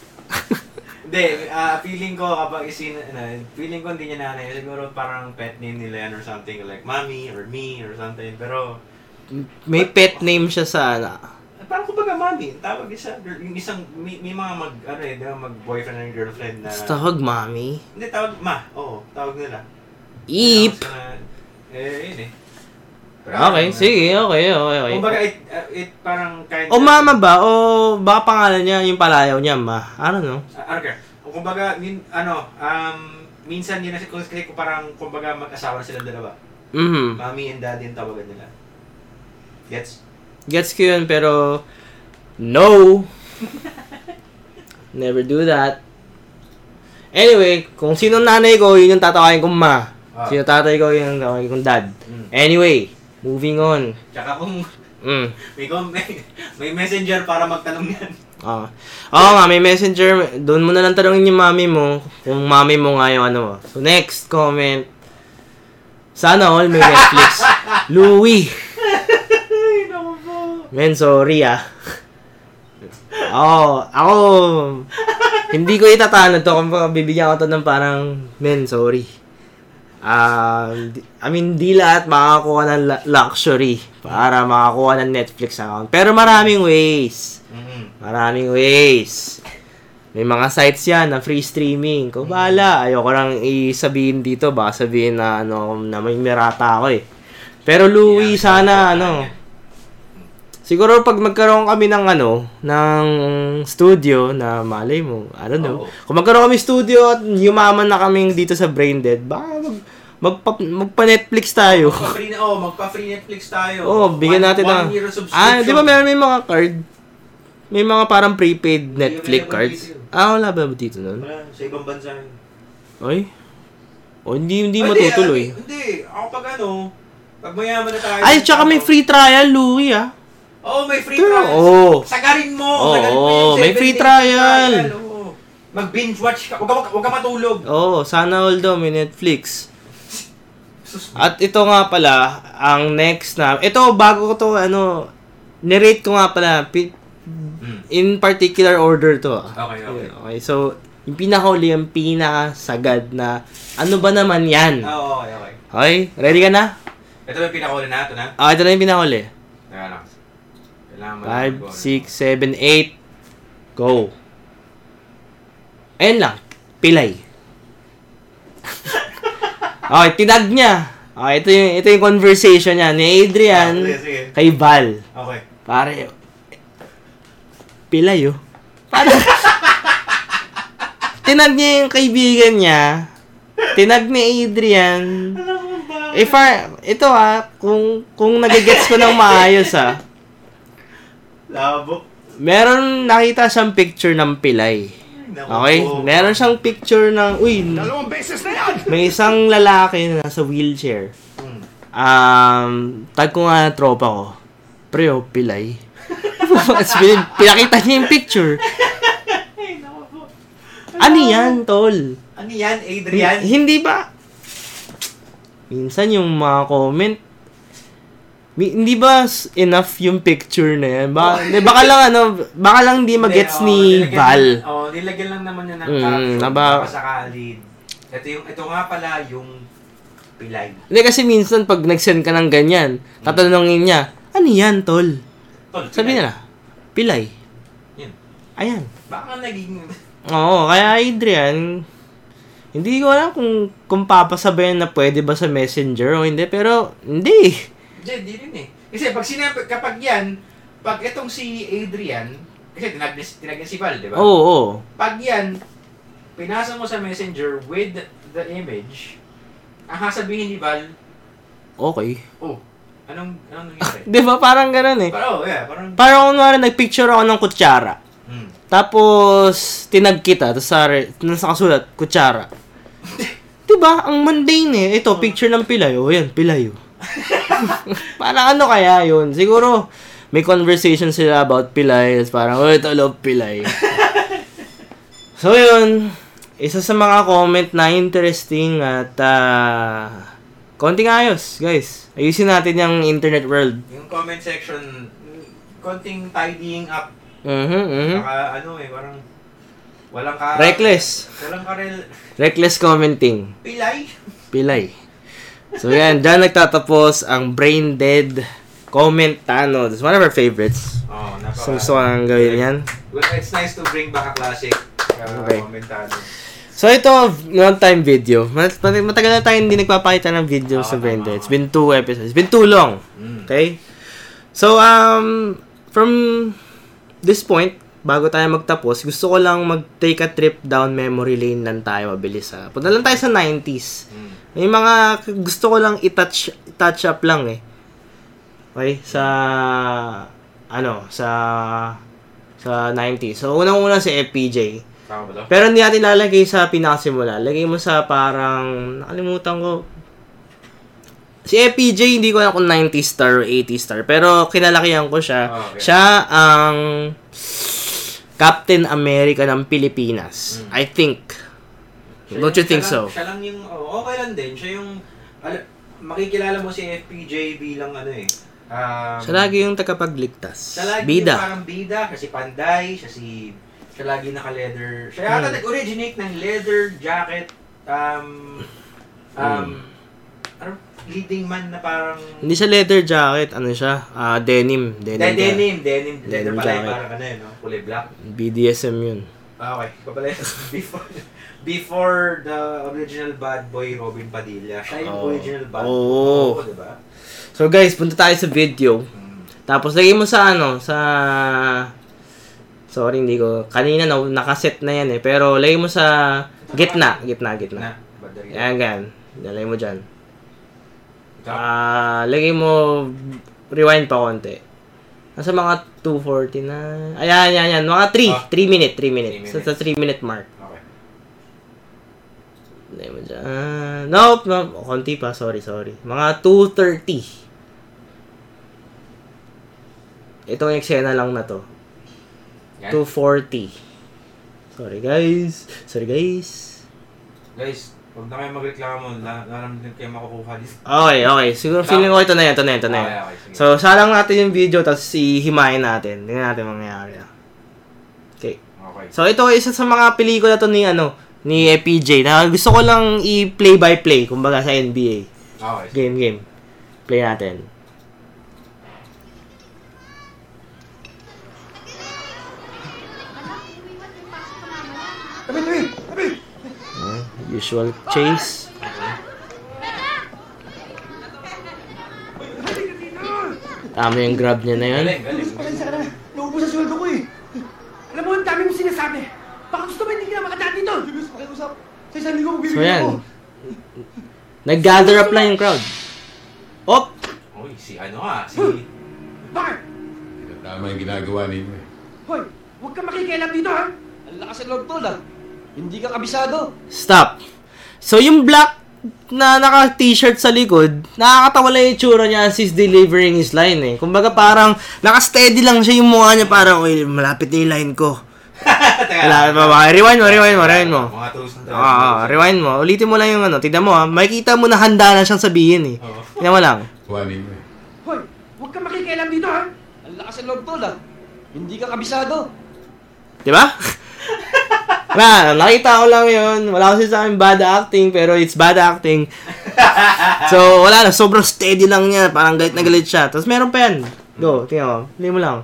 Speaker 2: hindi, ah, feeling ko kapag isin, ano, feeling ko hindi niya nanay. Siguro parang pet name nila yan or something. Like mommy or me or something. Pero,
Speaker 1: May pet name siya sa ano.
Speaker 2: eh, parang kumbaga mommy. Tawag isa, yung isang, may, may mga mag, ano eh, di ba, mag-boyfriend and girlfriend na,
Speaker 1: Tawag mami.
Speaker 2: hindi, tawag ma. Oo, tawag nila.
Speaker 1: Eep!
Speaker 2: Tapos, ah, eh, yun eh. Pero,
Speaker 1: Okay,
Speaker 2: ano,
Speaker 1: sige, okay, okay, okay.
Speaker 2: Kumbaga, it, uh, it parang kind
Speaker 1: O Oh, mama ba? O baka pangalan niya yung palayaw niya, ma? I don't know.
Speaker 2: Ah, okay. O kumbaga, min, ano, um, minsan yun kasi kasi- kasi kung parang kumbaga mag-asawa na silang dalawa.
Speaker 1: Mhm.
Speaker 2: Mommy and daddy ang tawagan nila. Gets?
Speaker 1: Gets ko yun, pero... No! Never do that. Anyway, kung sino ang nanay ko, yun yung tatawagin kong ma.
Speaker 2: Ah.
Speaker 1: Sino tatay ko, yun yung tatawagin kong dad.
Speaker 2: Mm.
Speaker 1: Anyway, moving on.
Speaker 2: Tsaka kung
Speaker 1: Mm.
Speaker 2: may, com- may, may messenger para magtanong yan.
Speaker 1: Oo. Ah. Oo nga, may messenger. Doon mo na lang tanongin yung mami mo. Kung mami mo nga yung ano mo. So, next comment. Sana all may Netflix. Louie.
Speaker 2: Ay, naku po.
Speaker 1: Men, sorry ah. Oo, ako, hindi ko itatanod to kung baka bibigyan ko to ng parang, men, sorry. Um, di- I mean, di lahat makakakuha ng lu- luxury para makakuha ng Netflix account. Pero maraming ways.
Speaker 2: Mhm.
Speaker 1: Maraming ways. May mga sites yan na free streaming. Kung bahala, ayoko lang isabihin dito. Baka sabihin na, ano, na may mirata ako eh. Pero Louie, sana ano, siguro pag magkaroon kami ng ano, ng studio na malay mo, I don't know.
Speaker 2: Oo.
Speaker 1: Kung magkaroon kami studio at yumaman na kaming dito sa Braindead, baka mag, magpa, magpa-Netflix tayo.
Speaker 2: Magpa-free na, oh, magpa-free Netflix tayo.
Speaker 1: Oo, oh, bigyan
Speaker 2: One-
Speaker 1: natin
Speaker 2: one
Speaker 1: ng...
Speaker 2: year of subscription.
Speaker 1: Ah, di ba meron may mga card? May mga parang prepaid
Speaker 5: available
Speaker 1: Netflix cards.
Speaker 5: dito yun.
Speaker 1: Ah, wala ba dito nun?
Speaker 5: Wala, sa ibang bansa yun.
Speaker 1: Oy? O, hindi, hindi
Speaker 2: Ah,
Speaker 1: matutuloy.
Speaker 2: ah, Hindi, ako pag ano, pag mayaman na tayo.
Speaker 1: Ay, tsaka may free trial, Louie, ah.
Speaker 2: Oo, oh, may free
Speaker 1: Pero,
Speaker 2: trial.
Speaker 1: oo.
Speaker 2: Sagarin mo.
Speaker 1: Oo,
Speaker 2: sagarin mo
Speaker 1: oo,
Speaker 2: yung
Speaker 1: Oh, may
Speaker 2: seven
Speaker 1: free
Speaker 2: days
Speaker 1: trial.
Speaker 2: oo. Mag-binge watch ka. Huwag ka, huwag ka matulog.
Speaker 1: Oo, oh, sana all daw may Netflix.
Speaker 2: Sus.
Speaker 1: At ito nga pala, ang next na... Ito, bago ko to, ano... Nirate ko nga pala, pi- in particular order to. ah.
Speaker 2: Okay, okay.
Speaker 1: Okay, so, yung pinakahuli, yung pinakasagad na... Ano ba naman yan?
Speaker 2: Ah, Oo, okay, okay.
Speaker 1: Okay, ready ka na?
Speaker 2: Ito ba yung pinakuli na ito na?
Speaker 1: Ah, ito na yung pinakahuli.
Speaker 2: Teka lang. Kailangan mo lang
Speaker 1: 5,
Speaker 5: ano.
Speaker 1: 6, 7, 8.
Speaker 2: mag-go.
Speaker 1: Go. Ayan lang. Pilay. okay, tinag niya. Okay, ito yung, ito yung conversation niya ni Adrian
Speaker 5: Ah, sige, sige.
Speaker 1: kay Val.
Speaker 5: Okay.
Speaker 1: Pare, pilay oh. Parang, tinag niya yung kaibigan niya. Tinag ni Adrian. If I, ito ah, kung, kung nagigets ko ng maayos ah.
Speaker 5: Labo.
Speaker 1: Meron nakita siyang picture ng pilay.
Speaker 5: Naku
Speaker 1: Okay?
Speaker 2: oh.
Speaker 5: po.
Speaker 1: Meron siyang picture ng, uy,
Speaker 3: Dalawang beses na yan!
Speaker 1: may isang lalaki na nasa wheelchair.
Speaker 2: Hmm.
Speaker 1: Um, tag ko nga ng tropa ko. Pre, oh, pilay. Tapos pin- Pinakita niya yung picture. Ano yan, tol?
Speaker 5: Ano yan, Adrian?
Speaker 1: Hin- Hindi ba? Minsan yung mga comment, mi- hindi ba s- enough yung picture na yan? Ba, di, baka lang ano, baka lang hindi magets
Speaker 2: Hindi, oo,
Speaker 1: ni
Speaker 2: nilagyan-
Speaker 1: Val.
Speaker 2: Oo, nilagyan lang naman niya ng
Speaker 1: Mm,
Speaker 2: caption.
Speaker 1: naba-
Speaker 2: Baka sakalin. Ito, yung, ito nga pala yung pilay.
Speaker 1: Hindi kasi minsan pag nag-send ka ng ganyan, tatanungin niya, ano yan, tol?
Speaker 2: Tol,
Speaker 1: Sabi
Speaker 2: pilay.
Speaker 1: nila, pilay.
Speaker 2: Yun.
Speaker 1: Ayan.
Speaker 2: Baka naging...
Speaker 1: Oo, kaya Adrian, hindi ko alam kung, kung papasabayan na pwede ba sa messenger o hindi, pero hindi.
Speaker 2: Hindi, di rin eh. Kasi pag sinabi, kapag yan, pag itong si Adrian, kasi tinag tinag niya si Val, di ba?
Speaker 1: Oo, oo.
Speaker 2: Pag yan, pinasa mo sa messenger with the image, ang sasabihin ni Val,
Speaker 1: Okay.
Speaker 2: oh, anong, anong nangyari?
Speaker 1: Di ba parang ganun eh.
Speaker 2: parang, oh, yeah, parang,
Speaker 1: Parang kunwari, nagpicture ako ng kutsara.
Speaker 2: hmm.
Speaker 1: Tapos, tinag kita. Tapos, sorry, nasa kasulat, kutsara. diba? Ang mundane eh. Ito, picture ng pilayo. Ayan, pilayo. parang ano kaya yun? Siguro, may conversation sila about pilay. Tapos parang, oh, ito, love pilay. so, yun. Isa sa mga comment na interesting at ah, konting ayos, guys. Ayusin natin yung internet world.
Speaker 2: Yung comment section, konting tidying up,
Speaker 1: Mhm, mhm.
Speaker 2: baka ano eh, parang, walang ka,
Speaker 1: Reckless.
Speaker 2: walang karel,
Speaker 1: Reckless commenting.
Speaker 2: pilay.
Speaker 1: Pilay. So yan, dyan nagtatapos ang Brain Dead Comment Thanos. One of our favorites.
Speaker 2: Oh, napaka.
Speaker 1: So, gusto ko nang gawin yan.
Speaker 2: Well, it's nice to bring back a classic. Uh,
Speaker 1: Okay.
Speaker 2: Komentado.
Speaker 1: So ito, long-time video. Mat- mat- Matagal na tayo hindi nagpapakita ng video sa Brain Dead. It's been two episodes. It's been too long.
Speaker 2: Mm.
Speaker 1: Okay? So, um, from this point, bago tayo magtapos, gusto ko lang mag-take a trip down memory lane lang tayo mabilis ha. Punta lang tayo sa 90s.
Speaker 2: Mm.
Speaker 1: May mga gusto ko lang i-touch touch up lang eh. Okay, sa ano, sa sa 90s. So unang-una si FPJ.
Speaker 2: Tama ba to?
Speaker 1: Pero hindi natin lalagay sa pinakasimula. Lagay mo sa parang nakalimutan ko. Si FPJ, hindi ko alam kung 90 star or 80 star. Pero kinalakihan ko siya.
Speaker 2: Ah, Okay.
Speaker 1: Siya ang Captain America ng Pilipinas. I think.
Speaker 2: Hmm. Siya
Speaker 1: Don't
Speaker 2: yung-
Speaker 1: you think
Speaker 2: siya lang-
Speaker 1: so?
Speaker 2: Siya lang yung, oh, okay lang din. Siya yung, al- makikilala mo si FPJ bilang ano eh. Um,
Speaker 1: Siya lagi yung tagapagligtas.
Speaker 2: siya lagi
Speaker 1: Bida.
Speaker 2: yung parang bida, kasi panday, siya si, siya lagi
Speaker 1: Hmm. Hmm.
Speaker 2: naka-leather. Siya yata nag-originate ng leather jacket, um, um, ano, leading man na parang...
Speaker 1: Hindi siya leather jacket, ano siya? Ah, denim. Denim.
Speaker 2: Denim,
Speaker 1: jacket.
Speaker 2: denim, denim, leather pala yung
Speaker 1: jacket.
Speaker 2: parang ano yun, no? kulay black.
Speaker 1: BDSM yun.
Speaker 2: Ah, okay, ikaw pala yun. before, before the original bad boy Robin Padilla, siya yung
Speaker 1: Oh.
Speaker 2: original bad boy.
Speaker 1: Oo.
Speaker 2: Oo, diba?
Speaker 1: So guys, punta tayo sa video.
Speaker 2: Mm.
Speaker 1: Tapos lagay mo sa ano, sa... Sorry, hindi ko... Kanina na, nakaset na yan eh. Pero lagay mo sa gitna. Gitna,
Speaker 2: Na,
Speaker 1: gitna.
Speaker 2: badari.
Speaker 1: Ayan, gan. Lagay mo dyan.
Speaker 2: Ito,
Speaker 1: Ah, lagay mo... Rewind pa konti. Nasa mga 2.40 na... Ayan, ayan, ayan. Mga 3. 3
Speaker 2: Ah.
Speaker 1: minute, 3 minute.
Speaker 2: Three
Speaker 1: Sa, sa 3 minute mark.
Speaker 2: okay.
Speaker 1: Lagay mo dyan. Ah, nope, nope. Konti pa, sorry, sorry. Mga 2.30. Itong eksena lang na to.
Speaker 2: Yan.
Speaker 1: 240. Sorry guys. Sorry guys.
Speaker 2: Guys, huwag na kayo magreklamo, la- lalam din kayo makukuha dito.
Speaker 1: Okay, okay. Siguro feeling ko ito na yan, ito na yan, ito na yan.
Speaker 2: Okay, okay, sige.
Speaker 1: So, salang natin yung video tapos ihimayin natin. Tingnan natin ang mangyayari. Okay.
Speaker 2: Okay.
Speaker 1: So, ito isa sa mga pelikula to ni ano, ni EPJ na gusto ko lang i-play by play kumbaga sa NBA.
Speaker 2: Okay.
Speaker 1: Game, game. Play natin. Ah, Usual chase. Tama yung grab niya na yun.
Speaker 2: Galing, galing.
Speaker 6: Pasensya ka na. Naubos ang sweldo ko eh. Alam mo, ang dami mong sinasabi. Baka gusto mo hindi ka na makadaan dito. Julius, pakiusap. Sa isang linggo,
Speaker 1: So
Speaker 6: magbibigay ako.
Speaker 1: yan. Nag-gather up lang yung crowd. Op!
Speaker 2: Uy, si ano ah, si...
Speaker 1: Hmm.
Speaker 6: Bakit?
Speaker 7: Tama yung ginagawa ninyo eh.
Speaker 6: Hoy, huwag kang makikialam dito ha. Ang lakas ng loob tol ha. Hindi ka kabisado.
Speaker 1: Stop. So yung black na naka-t-shirt sa likod, nakakatawa lang yung tsura niya as he's delivering his line eh. Kumbaga parang naka-steady lang siya yung mukha niya parang, uy, malapit na yung line ko. Malapit pa ba? Rewind mo, rewind mo, rewind mo.
Speaker 2: Mga tulos na
Speaker 1: Oo, oo, rewind mo. Ulitin mo lang yung ano. Tignan mo ha. Makikita mo na handa na siyang sabihin eh.
Speaker 2: Oo.
Speaker 1: Tignan mo lang.
Speaker 7: Gawa ninyo eh.
Speaker 6: Hoy, huwag kang makikialam dito ha. Ang lakas ng loob tol ha. Hindi ka kabisado.
Speaker 1: Di ba? Wala, Diba? nakita ko lang yun. Wala kasi sa akin bad acting, pero it's bad acting. so, wala na. Sobrang steady lang niya. Parang galit na galit siya. Tapos meron pa yan. Go, tingnan mo. Hindi mo lang.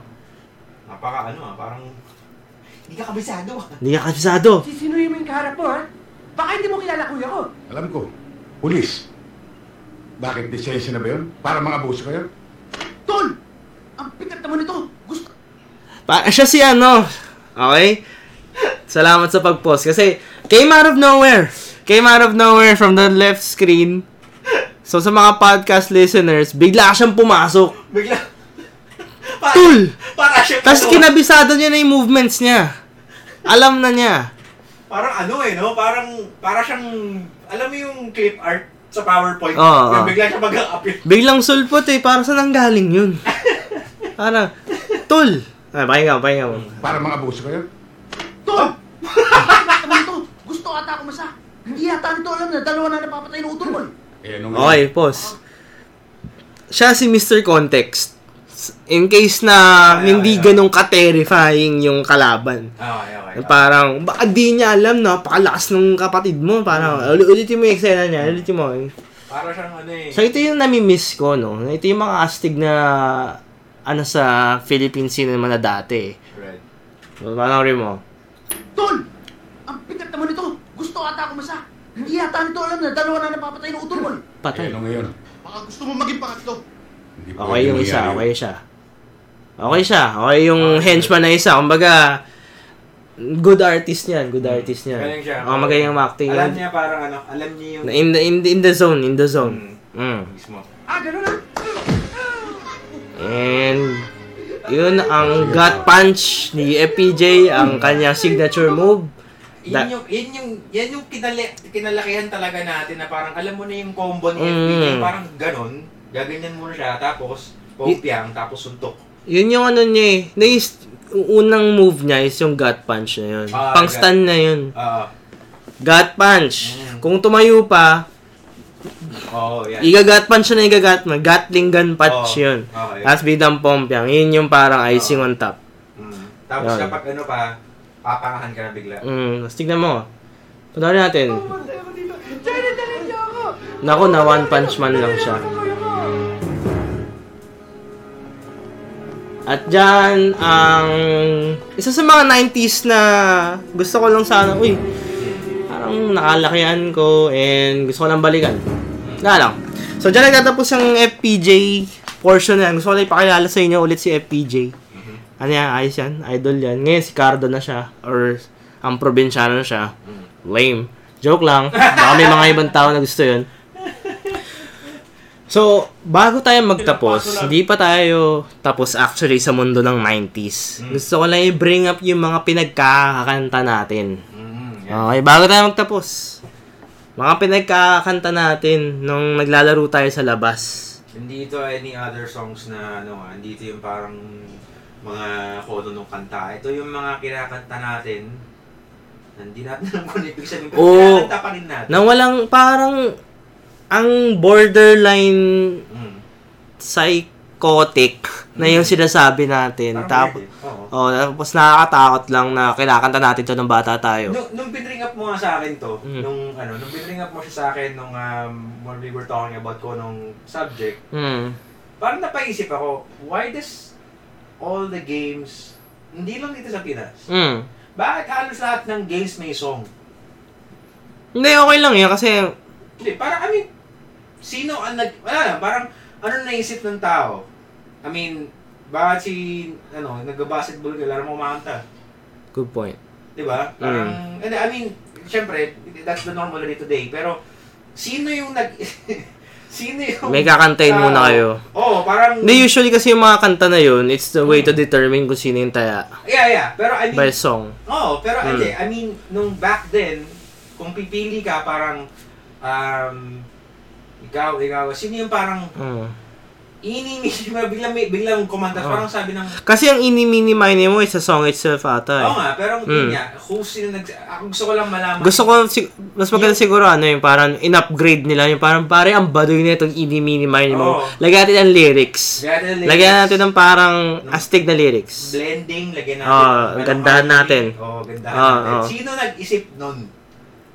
Speaker 2: Napaka ano ah, parang... Hindi ka kabisado ah.
Speaker 1: Hindi ka kabisado.
Speaker 6: Sisinuhin mo yung kaharap mo ha. Baka hindi mo kilala kuya ko.
Speaker 7: Alam ko, pulis. Bakit lisensya na ba yun? Para mga abuso kayo?
Speaker 6: Tol! Ang pikat naman nito. Gusto
Speaker 1: Pa siya si ano. Okay? Salamat sa pag-post. Kasi, came out of nowhere. Came out of nowhere from the left screen. So, sa mga podcast listeners, bigla siyang pumasok.
Speaker 2: Bigla... Para,
Speaker 1: Tul!
Speaker 2: Para ano, siya...
Speaker 1: Tapos kinabisado niya na yung movements niya. Alam na niya.
Speaker 2: Parang ano eh, no? Parang... Para siyang... Alam mo yung clip art sa PowerPoint?
Speaker 1: Oo,
Speaker 2: Yung
Speaker 1: oo.
Speaker 2: bigla siya mag-a-appear.
Speaker 1: Biglang sulpot eh, para saan ang galing yun? Parang, tol! Ah, pahinga mo, pahinga mo.
Speaker 7: Para mga abuso kayo?
Speaker 6: Tol! Ano ito? Gusto ata ako masa. Hindi yata nito alam na dalawa na napapatay ng utol mo. eh.
Speaker 7: Eh, anong
Speaker 1: Okay, pause. Siya si Mr. Context. In case na hindi ganun ka-terrifying yung kalaban.
Speaker 2: Okay, okay.
Speaker 1: Ah, Yung Parang, baka di niya alam, napakalakas ng kapatid mo. Parang, uli- ulitin mo yung eksena niya, ulitin mo.
Speaker 2: Para siyang ano eh.
Speaker 1: So, ito yung nami-miss ko, no? Ito yung mga astig na, ano, sa Philippine cinema na dati. eh.
Speaker 2: Red.
Speaker 1: Panoorin mo.
Speaker 6: Tol! Ang pikat naman nito. Gusto ata ako masa. Hindi yata nito alam na dalawa na napapatay ng utol mo. eh.
Speaker 7: Eh,
Speaker 1: Patay.
Speaker 7: ano ngayon?
Speaker 6: Baka gusto mo maging pangatlo.
Speaker 7: Hindi
Speaker 1: Okay
Speaker 7: pwede
Speaker 1: yung isa,
Speaker 7: mangyari
Speaker 1: okay siya. Okay siya, Ah, okay yung henchman na isa. Kumbaga, good artist niyan, good artist niyan.
Speaker 2: Galing siya.
Speaker 1: Oh, magaling ang acting
Speaker 2: Alam
Speaker 1: niya.
Speaker 2: niya parang ano. Alam niya yung... Hmm.
Speaker 1: In the, in, the, in the zone, in the zone. Mm.
Speaker 2: Mismo.
Speaker 6: Ah, ganun ah.
Speaker 1: Hmm. And, yun ang gut punch ni FPJ, ang kanyang signature move. That-
Speaker 2: Yan yung, yan yung, yan yung kinali, kinalakihan talaga natin na parang alam mo na yung combo ni
Speaker 1: Mm.
Speaker 2: FPJ, parang ganon, gaganyan muna siya, tapos popyang, tapos suntok.
Speaker 1: Yun yung ano niya eh. Na is- unang move niya is yung gut punch na yun.
Speaker 2: Ah,
Speaker 1: Pang
Speaker 2: gut-
Speaker 1: stun na yun.
Speaker 2: Ah,
Speaker 1: Gut punch.
Speaker 2: Mm.
Speaker 1: Kung tumayo pa,
Speaker 2: oo, yan.
Speaker 1: Igagat punch na igagat mo. Gatling gun punch
Speaker 2: Oo,
Speaker 1: yun.
Speaker 2: okay.
Speaker 1: Tapos bidang pompiang. Yun yung parang icing on top.
Speaker 2: Mm. Tapos
Speaker 1: Yan.
Speaker 2: kapag ano pa, papangahan ka na bigla.
Speaker 1: Mm, tapos tignan mo. Panorin natin.
Speaker 6: Pumatay ako Ano? dito. Jared, dalhin niyo ako.
Speaker 1: Nako, na One Punch Man lang siya. At dyan, ang isa sa mga 90s na gusto ko lang sana, uy, parang nakalakihan ko and gusto ko lang balikan. Wala lang. So dyan nagtatapos ang FPJ portion na yan. Gusto ko lang ipakilala sa inyo ulit si FPJ. Ano yan, ayos yan, idol yan. Ngayon si Cardo na siya or ang probinsyano na siya. Lame. Joke lang. Baka may mga ibang tao na gusto yun. So, bago tayo magtapos, hindi pa tayo tapos actually sa mundo ng 90s. Gusto ko lang i-bring up yung mga pinagkakakanta natin.
Speaker 2: Mm,
Speaker 1: Okay, bago tayo magtapos. Mga pinagkakakanta natin nung naglalaro tayo sa labas.
Speaker 2: Hindi ito any other songs na ano ah, hindi ito yung parang mga kodo ng kanta. Ito yung mga kinakanta natin. na Hindi natin alam kung ano ibig sabihin. Pero
Speaker 1: Oo.
Speaker 2: kinakanta pa rin natin.
Speaker 1: Na walang parang ang borderline
Speaker 2: Mm.
Speaker 1: psychotic na yung sinasabi natin.
Speaker 2: Parang
Speaker 1: Tapos,
Speaker 2: weird eh. Oo.
Speaker 1: oh, tapos nakakatakot lang na kinakanta natin to ng bata tayo.
Speaker 2: Nung, nung pinring up mo nga sa akin to,
Speaker 1: Mm.
Speaker 2: nung ano, nung pinring up mo siya sa akin nung um, when we were talking about ko nung subject,
Speaker 1: Hmm.
Speaker 2: parang napaisip ako, why does all the games, hindi lang dito sa Pinas,
Speaker 1: Hmm.
Speaker 2: bakit halos lahat ng games may song?
Speaker 1: Hindi, okay lang yan kasi
Speaker 2: Hindi, parang, I mean, sino ang nag, wala lang, parang, ano naisip ng tao? I mean, bakit si, ano, nag-basketball ka, laro mo kumanta.
Speaker 1: good point.
Speaker 2: Di ba?
Speaker 1: Mm.
Speaker 2: Parang, and I mean, syempre, that's the normal day today. Pero, sino yung nag... sino yung...
Speaker 1: May kakantayin
Speaker 2: tao?
Speaker 1: muna kayo.
Speaker 2: Oo, parang...
Speaker 1: Hindi, usually kasi yung mga kanta na yun, it's the way to determine kung sino yung taya
Speaker 2: yeah, yeah. Pero I mean...
Speaker 1: by song.
Speaker 2: Oo, pero
Speaker 1: Hmm.
Speaker 2: hindi. I mean, nung back then, kung pipili ka, parang... Um, ikaw, ikaw, sino yung parang
Speaker 1: Hmm.
Speaker 2: inimis mo, biglang, may- biglang kumanta,
Speaker 1: Oo.
Speaker 2: parang sabi ng,
Speaker 1: Kasi ang inimini mine mo is sa song itself
Speaker 2: oo
Speaker 1: ata. eh.
Speaker 2: nga, pero
Speaker 1: Hmm.
Speaker 2: yun nga, kung sino nag, ako gusto ko lang malaman.
Speaker 1: Gusto ko, sig- mas maganda siguro ano yung parang in-upgrade nila yung parang pare ang baduy na itong inimini mine mo.
Speaker 2: Oo.
Speaker 1: Lagyan natin ang lyrics.
Speaker 2: Lagyan natin ng
Speaker 1: Lagyan
Speaker 2: lyrics.
Speaker 1: natin ng parang
Speaker 2: Ng-
Speaker 1: astig na lyrics.
Speaker 2: blending, lagyan natin.
Speaker 1: Oo,
Speaker 2: ng-
Speaker 1: ang Ah, gandahan
Speaker 2: ng-
Speaker 1: natin. Ah,
Speaker 2: Oo, oh, gandahan
Speaker 1: Oo,
Speaker 2: natin.
Speaker 1: oo.
Speaker 2: Sino nag-isip nun?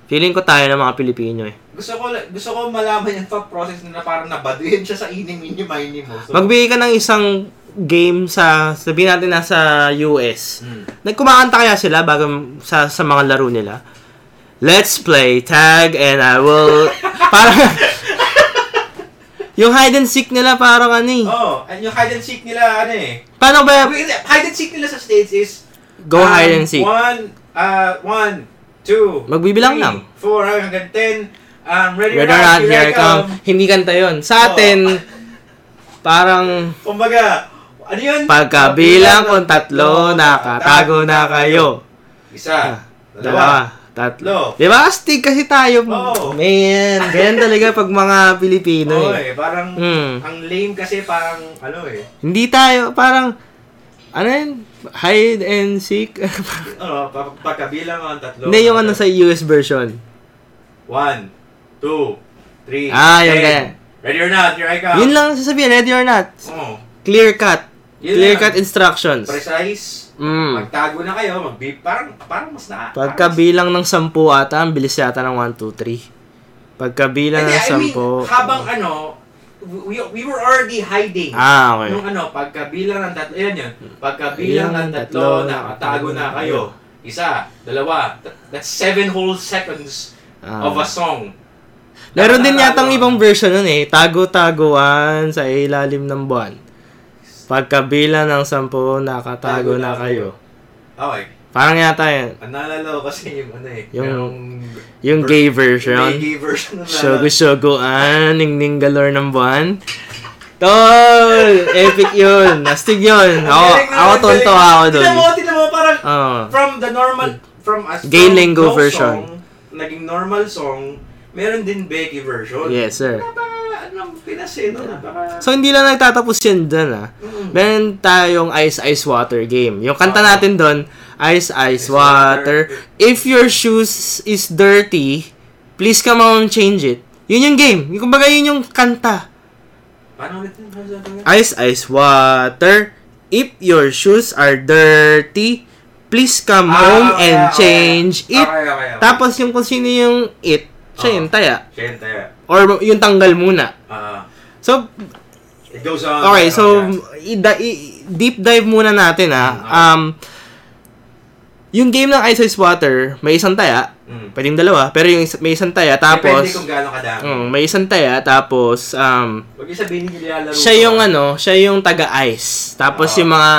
Speaker 1: Feeling ko tayo ng mga Pilipino eh.
Speaker 2: Gusto ko gusto ko malaman yung thought process na parang nabaduyan siya sa ining mini mini mo. So,
Speaker 1: Magbigay ka ng isang game sa, sabihin natin nasa US.
Speaker 2: Mm.
Speaker 1: Nagkumakanta kaya sila bago m- sa, sa mga laro nila? Let's play tag and I will... parang... yung hide and seek nila parang ano eh.
Speaker 2: Oh, and yung hide and seek nila ano eh.
Speaker 1: Paano ba
Speaker 2: Wait, Hide and seek nila sa stage is
Speaker 1: go
Speaker 2: um,
Speaker 1: hide and seek?
Speaker 2: One, uh, one, two,
Speaker 1: Magbibilang
Speaker 2: three,
Speaker 1: lang.
Speaker 2: Four, hanggang ten. Um, ready,
Speaker 1: Red or
Speaker 2: not,
Speaker 1: not, here I come. Hindi kanta yon Sa atin, parang
Speaker 2: Kumbaga, ano yun?
Speaker 1: pagkabilang kung tatlo, nakatago na kayo.
Speaker 2: Isa,
Speaker 1: Ah,
Speaker 2: dalawa,
Speaker 1: Dalawa, tatlo.
Speaker 2: Tatlo.
Speaker 1: Di ba? Astig kasi tayo.
Speaker 2: Oo.
Speaker 1: Man, ganyan talaga pag mga Pilipino
Speaker 2: Oo
Speaker 1: eh.
Speaker 2: eh, parang
Speaker 1: Mm.
Speaker 2: ang lame kasi parang ano eh.
Speaker 1: Hindi tayo, parang, ano yun? Hide and seek?
Speaker 2: Ano, pag- pagkabilang ang tatlo.
Speaker 1: Hindi, yung ano sa US version.
Speaker 2: One, two, three,
Speaker 1: Ah, yung
Speaker 2: ten.
Speaker 1: ganyan.
Speaker 2: Ready or not, here I come.
Speaker 1: Yun lang ang sasabihin, ready or not.
Speaker 2: Oo.
Speaker 1: Clear cut.
Speaker 2: Yun
Speaker 1: Clear
Speaker 2: lang.
Speaker 1: cut instructions.
Speaker 2: Precise.
Speaker 1: Mm.
Speaker 2: Magtago na kayo, magbi parang parang mas na.
Speaker 1: Pagkabilang ng sampu ata, ang bilis yata ng 1, 2, 3.
Speaker 2: parang-
Speaker 1: Pagkabilang
Speaker 2: Hindi,
Speaker 1: ng
Speaker 2: I mean,
Speaker 1: sampu.
Speaker 2: habang ano, we, we were already hiding.
Speaker 1: Ah, okay.
Speaker 2: Nung ano, pagkabilang ng tatlo, yan yun. Pagkabilang ng tatlo, nakatago na kayo. Isa, dalawa, th- that's seven whole seconds
Speaker 1: Ah.
Speaker 2: of a song.
Speaker 1: Meron din
Speaker 2: Nakatago.
Speaker 1: yatang ibang version nun eh. Tago-taguan sa ilalim ng buwan. Pagkabilang ng sampu, nakatago
Speaker 2: Tago
Speaker 1: na
Speaker 2: na
Speaker 1: kayo.
Speaker 2: Okay.
Speaker 1: Parang yata yan.
Speaker 2: Ang Ah, naalala ko kasi yung ano eh.
Speaker 1: Yung-
Speaker 2: merong-
Speaker 1: Yung gay version.
Speaker 2: Reggae version na
Speaker 1: Shogo Shogo an, ningning galore ng buwan. Tol! Epic yun! Nastig yun! Ako, ako tonto ako dun. Ah.
Speaker 2: Tinan mo, tinan mo, parang
Speaker 1: Oo.
Speaker 2: from the normal, from a
Speaker 1: Gay
Speaker 2: from
Speaker 1: lingo
Speaker 2: love
Speaker 1: version.
Speaker 2: Song, naging normal song, meron din Becky version.
Speaker 1: Yes, sir.
Speaker 2: Napaka, ano, Pinas eh, no? Napaka, hmm,
Speaker 1: So, hindi lang nagtatapos yun dun, ah. Meron tayong Ice Ice Water game. Yung kanta natin dun, Ice Ice Water. If your shoes is dirty, please come on change it. Yun yung game. Yung kumbaga yun yung kanta.
Speaker 2: paano ulit yun? Paano sabi nga?
Speaker 1: Ice Ice Water. If your shoes are dirty, please come
Speaker 2: Ah,
Speaker 1: home
Speaker 2: okay,
Speaker 1: and
Speaker 2: okay.
Speaker 1: change it.
Speaker 2: Okay, okay, okay.
Speaker 1: Tapos yung kung sino yung it, siya
Speaker 2: Oo.
Speaker 1: yung taya.
Speaker 2: Siyente.
Speaker 1: Or yung tanggal muna.
Speaker 2: Ah,
Speaker 1: So,
Speaker 2: it goes on.
Speaker 1: okay,
Speaker 2: and on,
Speaker 1: so
Speaker 2: yeah.
Speaker 1: i- da- i- deep dive muna natin ah. Um, yung game ng Ice Ice Water, may isang taya,
Speaker 2: Mm.
Speaker 1: pwedeng dalawa, pero yung is- may isang taya, tapos,
Speaker 2: Depende kung gaano kadami.
Speaker 1: Mm, may isang taya, tapos, um,
Speaker 2: Huwag yung sabihin hindi nilalaro. ko.
Speaker 1: siya yung ano, siya yung taga-ice. Tapos
Speaker 2: Oo.
Speaker 1: yung mga,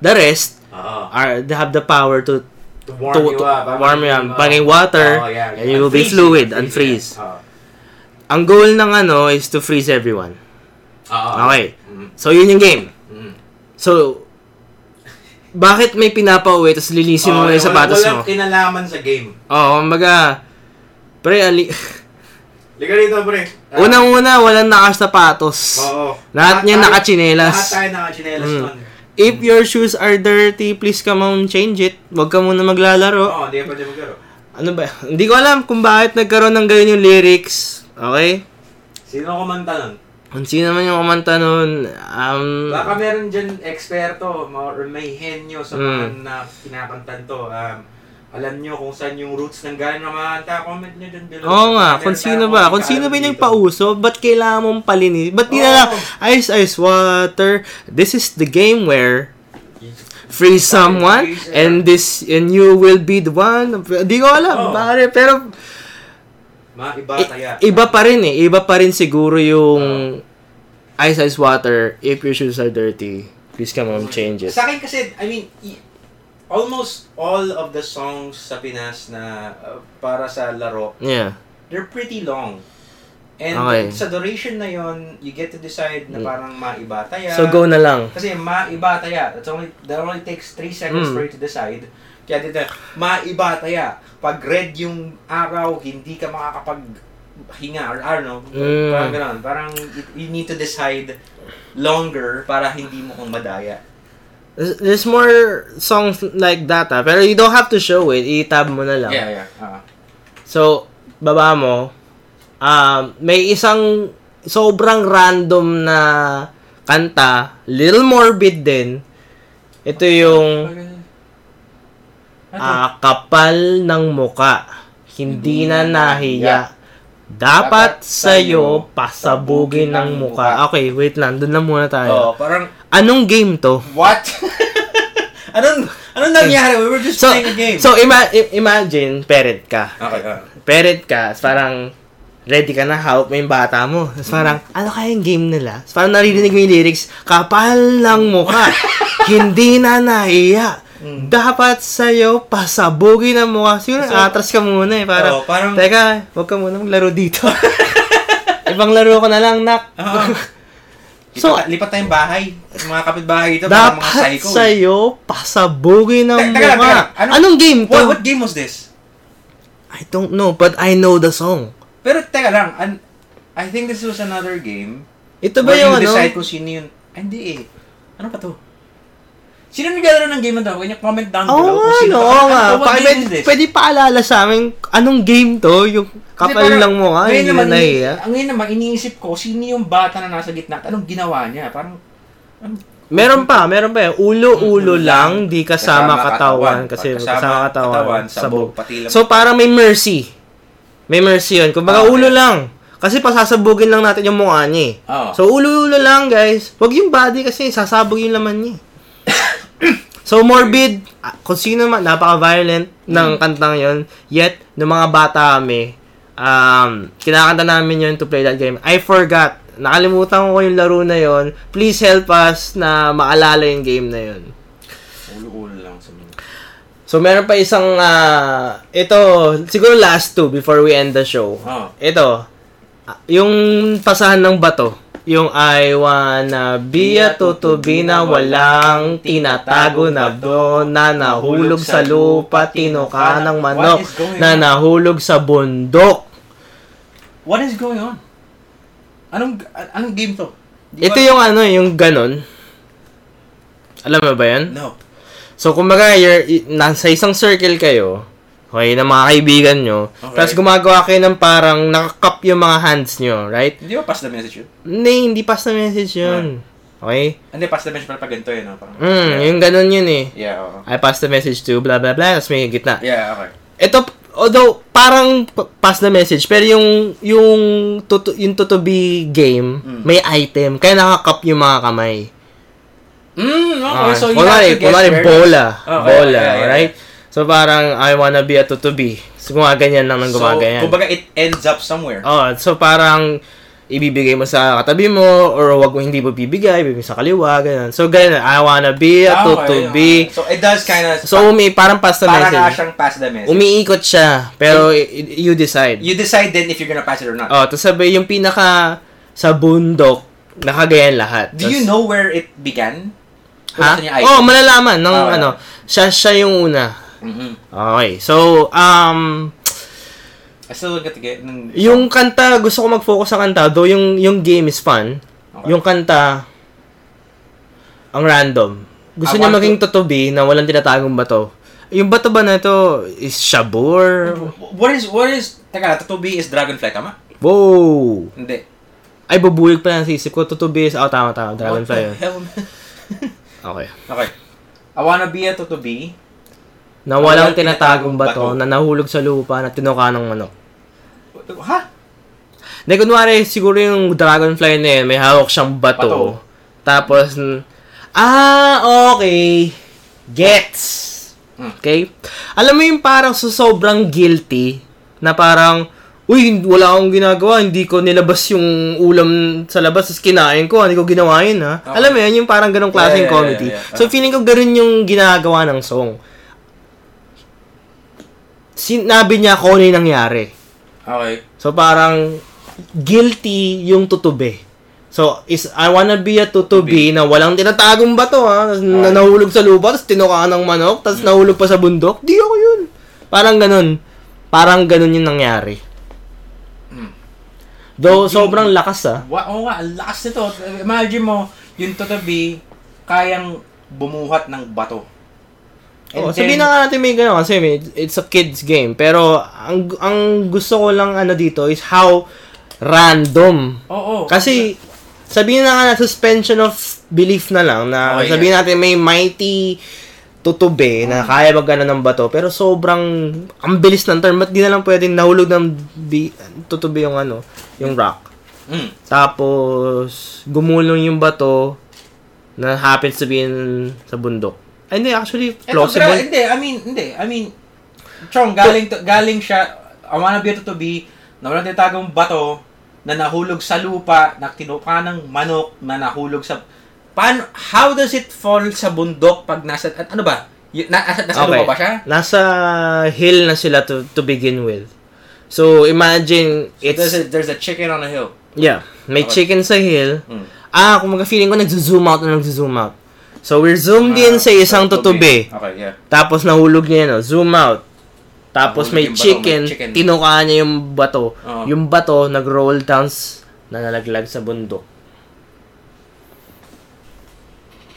Speaker 1: the rest,
Speaker 2: Oo.
Speaker 1: are, they have the power to
Speaker 2: To warm
Speaker 1: to-
Speaker 2: you
Speaker 1: to
Speaker 2: up. uh,
Speaker 1: warm you up. Paging water,
Speaker 2: oh,
Speaker 1: and you will be
Speaker 2: Unfreeze
Speaker 1: fluid,
Speaker 2: you.
Speaker 1: unfreeze.
Speaker 2: Oo.
Speaker 1: ang goal ng ano is to freeze everyone.
Speaker 2: Oo.
Speaker 1: Okay.
Speaker 2: Mm,
Speaker 1: So yun yung game.
Speaker 2: mm.
Speaker 1: So bakit may pinapauwi tapos lilisin mo
Speaker 2: Oo,
Speaker 1: na yung
Speaker 2: wala-
Speaker 1: sapatos mo?
Speaker 2: Walang kinalaman sa game.
Speaker 1: Oo, oh, kumbaga pre ali
Speaker 2: Liga rito, pre. Ah,
Speaker 1: unang-una walang nakasapatos.
Speaker 2: Oo.
Speaker 1: Lahat niya
Speaker 2: tayo-
Speaker 1: nakachinelas.
Speaker 2: Lahat tayo nakachinelas
Speaker 1: Mm.
Speaker 2: nun.
Speaker 1: If your shoes are dirty, please come on change it. Huwag ka muna maglalaro.
Speaker 2: Oo, hindi pa tayo maglaro.
Speaker 1: Ano ba? Hindi ko alam kung bakit nagkaroon ng ganyan yung lyrics. Okay?
Speaker 2: Sino kumanta nun?
Speaker 1: Kung sino man yung kumanta nun, um...
Speaker 2: Baka meron dyan eksperto ma- or may henyo sa
Speaker 1: Mm.
Speaker 2: mga na kinakantan to. Um, alam nyo kung saan yung roots ng galing ng mga kanta. Comment nyo dyan below.
Speaker 1: Oo nga,
Speaker 2: Meron
Speaker 1: kung
Speaker 2: tayo
Speaker 1: sino ba? Kung
Speaker 2: kaalam
Speaker 1: sino ba yung
Speaker 2: dito.
Speaker 1: nagpauso? Ba't kailangan mong palinis? Ba't di na lang, ice, ice, water? This is the game where free someone and this and you will be the one. Di ko alam,
Speaker 2: Oo.
Speaker 1: pare. Pero
Speaker 2: Mga iba
Speaker 1: i-
Speaker 2: kaya.
Speaker 1: iba pa rin eh. Iba pa rin siguro yung ice, ice, water if your shoes are dirty. Please come on, change it.
Speaker 2: Sa akin kasi, I mean, i- almost all of the songs sa Pinas na uh, para sa laro,
Speaker 1: Yeah.
Speaker 2: they're pretty long. And
Speaker 1: Okay. Mm.
Speaker 2: sa duration na yon, you get to decide na parang maiba tayo.
Speaker 1: So go na lang.
Speaker 2: Kasi maiba taya. That's only, that only takes 3 seconds
Speaker 1: Mm.
Speaker 2: for you to decide. Kaya dito, maiba taya. Pag red yung araw, hindi ka makakapag hinga or I don't know.
Speaker 1: Mm.
Speaker 2: Parang ganun. Parang it- you need to decide longer para hindi mo kung madaya.
Speaker 1: There's there's more songs like that ah. Pero you don't have to show it. I-tab mo na lang.
Speaker 2: Yeah, yeah. Ah.
Speaker 1: So, baba mo, um, may isang sobrang random na kanta, little morbid din. Ito yung ah, kapal ng muka, hindi na nahiya. Dapat sa'yo pasabugin ng muka. Okay, wait lang. Doon lang muna
Speaker 2: Oh,
Speaker 1: tayo.
Speaker 2: parang
Speaker 1: Anong game to?
Speaker 2: what? anong anong nangyari? We were just
Speaker 1: So,
Speaker 2: playing a game.
Speaker 1: so ima- i- imagine, parent ka.
Speaker 2: okay, ah.
Speaker 1: parent ka, tapos parang ready ka na, hawak mo yung bata mo. Tapos parang,
Speaker 2: Mm.
Speaker 1: ano kaya yung game nila? Tapos parang naririnig mo yung lyrics, kapal ng mukha, hindi na nahiya.
Speaker 2: Mm.
Speaker 1: Dapat sa'yo, pasabugin ang mukha. Siguro, atras ka muna eh. Parang,
Speaker 2: Oo, parang-
Speaker 1: teka, huwag ka muna maglaro dito. Ibang laro ko na lang, nak.
Speaker 2: Ah.
Speaker 1: So,
Speaker 2: lipat, lipat tayong bahay. Yung Mga kapitbahay ito, parang mga
Speaker 1: dapat
Speaker 2: psycho. eh.
Speaker 1: sa'yo, pasabugin ang
Speaker 2: Te- teka lang, teka
Speaker 1: mukha.
Speaker 2: lang. Anong-
Speaker 1: Anong game
Speaker 2: What,
Speaker 1: to?
Speaker 2: what game was this?
Speaker 1: I don't know, but I know the song.
Speaker 2: Pero teka lang, an- I think this was another game.
Speaker 1: Ito ba
Speaker 2: Where
Speaker 1: yung
Speaker 2: you
Speaker 1: ano?
Speaker 2: decide kung sino yun. Ay, hindi eh. Ano pa to? Sino naglalaro ng game na to? Kanya comment down
Speaker 1: Oo
Speaker 2: below
Speaker 1: nga, no, oo nga.
Speaker 2: Ano, what
Speaker 1: Paki-
Speaker 2: game
Speaker 1: pwede,
Speaker 2: is this?
Speaker 1: pwede paalala sa amin, anong game to? Yung
Speaker 2: Kasi
Speaker 1: kapal
Speaker 2: parang,
Speaker 1: lang mo ka,
Speaker 2: ngayon
Speaker 1: hindi na
Speaker 2: naman,
Speaker 1: nahiya.
Speaker 2: ini- Ngayon naman, iniisip ko, sino yung bata na nasa gitna? at Anong ginawa niya? Parang,
Speaker 1: Meron pa, meron pa yan. Ulo-ulo lang, di kasama katawan. Kasi
Speaker 2: Pag kasama
Speaker 1: kasama katawan, sabog.
Speaker 2: pati lang.
Speaker 1: So parang may mercy. May mercy yun. Kung baka
Speaker 2: Ah, okay.
Speaker 1: ulo lang. Kasi pasasabugin lang natin yung mukha niya eh.
Speaker 2: Oo.
Speaker 1: So ulo-ulo lang guys. Huwag yung body kasi sasabog yung laman niya. eh. so morbid, ah, kung sino man, napaka-violent ng kantang yon Yet, nung mga bata kami, um, kinakanta namin yun to play that game. I forgot. Nakalimutan ko yung laro na yon Please help us na maalala yung game na yon
Speaker 2: ulo-ulo lang sa mga.
Speaker 1: So, meron pa isang, ah, ito, siguro last two before we end the show.
Speaker 2: Ah.
Speaker 1: Ito, ah, yung pasahan ng bato. Yung I wanna be a tutubi na walang tinatago na do na nahulog sa lupa, tinuka ng manok, na nahulog sa bundok.
Speaker 2: What is going on? Anong, an- anong game to? Di
Speaker 1: Ito
Speaker 2: ba-
Speaker 1: yung ano, yung ganon. Alam mo ba yan?
Speaker 2: No.
Speaker 1: So, kumbaga, you're, i- nasa isang circle kayo, okay, ng mga kaibigan nyo, tapos gumagawa kayo ng parang nakakap yung mga hands nyo, right?
Speaker 2: Hindi ba pass the message yun?
Speaker 1: Hindi, hindi pass na message yun. Okay?
Speaker 2: Hindi, pass the message pala pag ganito yun. No? Parang,
Speaker 1: Mm, yung ganun yun eh.
Speaker 2: Yeah, oo.
Speaker 1: I pass the message to blah blah blah, tapos may gitna.
Speaker 2: Yeah, okay.
Speaker 1: Ito, although parang p- pass the message pero yung yung to, yung to, to be game may item kaya nakakap yung mga kamay.
Speaker 2: Mm, okay,
Speaker 1: Ah,
Speaker 2: so you have
Speaker 1: kunwari,
Speaker 2: to guess
Speaker 1: kunwari,
Speaker 2: where- Oh,
Speaker 1: bola.
Speaker 2: Okay,
Speaker 1: bola,
Speaker 2: yeah, yeah,
Speaker 1: right? So parang I wanna be a tutubi. So gumaganyan lang ng
Speaker 2: So,
Speaker 1: gumaganyan.
Speaker 2: kumbaga it ends up somewhere.
Speaker 1: Oh, so parang ibibigay mo sa katabi mo or wag mo hindi mo bibigay, bibigay sa kaliwa, ganyan. So ganyan, I wanna be a
Speaker 2: Ah, okay,
Speaker 1: tutubi.
Speaker 2: okay. So it does kind of
Speaker 1: So umi parang pass the
Speaker 2: para nga
Speaker 1: message.
Speaker 2: siyang pass the message.
Speaker 1: Umiikot siya, pero i- i- you decide.
Speaker 2: you decide then if you're gonna pass it or not.
Speaker 1: Oh, tapos sabi yung pinaka sa bundok, nakagayan lahat.
Speaker 2: Do you
Speaker 1: Tas-
Speaker 2: know where it began?
Speaker 1: Ha?
Speaker 2: Kung gusto niya item.
Speaker 1: Oh, malalaman ng
Speaker 2: Ah, wala.
Speaker 1: ano, siya siya yung una.
Speaker 2: Mhm.
Speaker 1: Okay. So, um
Speaker 2: I still don't get to get ng
Speaker 1: yung kanta gusto ko mag-focus sa kanta, though yung yung game is fun.
Speaker 2: Okay.
Speaker 1: Yung kanta ang random. Gusto
Speaker 2: I
Speaker 1: niya
Speaker 2: want
Speaker 1: maging totobi na walang tinatagong bato. Yung bato ba na ito is Shabur?
Speaker 2: What is what is Teka, Tutubi is Dragonfly tama?
Speaker 1: Wow!
Speaker 2: Hindi.
Speaker 1: Ay, bubulig pa lang sa isip ko. Tutubi is... Oh, tama, tama.
Speaker 2: What
Speaker 1: Dragonfly
Speaker 2: the
Speaker 1: yun.
Speaker 2: hell?
Speaker 1: Okay.
Speaker 2: okay. I wanna be a Tutubi.
Speaker 1: Na walang tinatagong bato, na nahulog sa lupa na tinuka ng manok.
Speaker 2: Ha?
Speaker 1: Na kunwari, siguro yung dragonfly na yun, may hawak siyang bato.
Speaker 2: Bato.
Speaker 1: Tapos, n- ah, okay. Gets.
Speaker 2: Mm.
Speaker 1: Okay? Alam mo yung parang sa sobrang guilty, na parang, uy, wala akong ginagawa, hindi ko nilabas yung ulam sa labas, tapos kinain ko, hindi ko ginawa yun, ha?
Speaker 2: Okay.
Speaker 1: Alam mo yun, yung parang ganong klaseng
Speaker 2: Yeah, yeah, yeah,
Speaker 1: comedy.
Speaker 2: yeah, Ah. yeah.
Speaker 1: So, feeling ko ganun yung ginagawa ng song. Sinabi niya kung ano yung nangyari.
Speaker 2: Okay.
Speaker 1: So parang guilty yung tutube. So is I wanna be a tutubi na walang tinatagong bato ha, na nahulog sa lupa, tapos tinukaan ng manok, tapos
Speaker 2: Mm.
Speaker 1: nahulog pa sa bundok. Di ako yun. Parang ganun. Parang ganun yung nangyari.
Speaker 2: Mm.
Speaker 1: Though sobrang lakas ah.
Speaker 2: Wa oo nga, ang lakas nito. Imagine mo, yung Tutubi, kayang bumuhat ng bato. And
Speaker 1: Oh,
Speaker 2: then-
Speaker 1: sabihin na nga natin may gano'n kasi may, it's a kids game. Pero ang ang gusto ko lang ano dito is how random
Speaker 2: Oo.
Speaker 1: Kasi, sabihin na nga na suspension of belief na lang na
Speaker 2: Okay, Mm.
Speaker 1: sabihin natin may mighty tutube na kaya magana ng bato pero sobrang ang bilis ng turn ba't di na lang pwedeng nahulog ng bi- tutube yung ano yung rock
Speaker 2: Mm.
Speaker 1: tapos gumulong yung bato na happens to be in, sa bundok Ay, hindi actually
Speaker 2: Eto, Eh, gra-
Speaker 1: plausible
Speaker 2: hindi, I mean, hindi. I mean, Chong, galing, to, galing siya, I wanna be a tutubi, na walang tinatagong bato, na nahulog sa lupa, na tinupa ng manok, na nahulog sa... Paano, how does it fall sa bundok pag nasa... at- Ano ba? Y- na, nasa nasa lupa ba siya?
Speaker 1: nasa hill na sila to, to begin with so imagine it's
Speaker 2: there's, a, there's a chicken on a hill.
Speaker 1: Yeah. May
Speaker 2: Okay.
Speaker 1: chicken sa hill.
Speaker 2: Mm.
Speaker 1: Ah, kumaga feeling ko nag-zoom out na nag-zoom out. So, we're zoomed in
Speaker 2: Ah,
Speaker 1: sa isang tutubi.
Speaker 2: Okay, yeah.
Speaker 1: Tapos, nahulog niya, no? Zoom out. Tapos,
Speaker 2: Nahulog
Speaker 1: may
Speaker 2: yung bato,
Speaker 1: chicken,
Speaker 2: may chicken.
Speaker 1: tinukaan niya yung bato.
Speaker 2: Oo.
Speaker 1: Yung bato, nag-roll downs, na nalaglag sa bundok.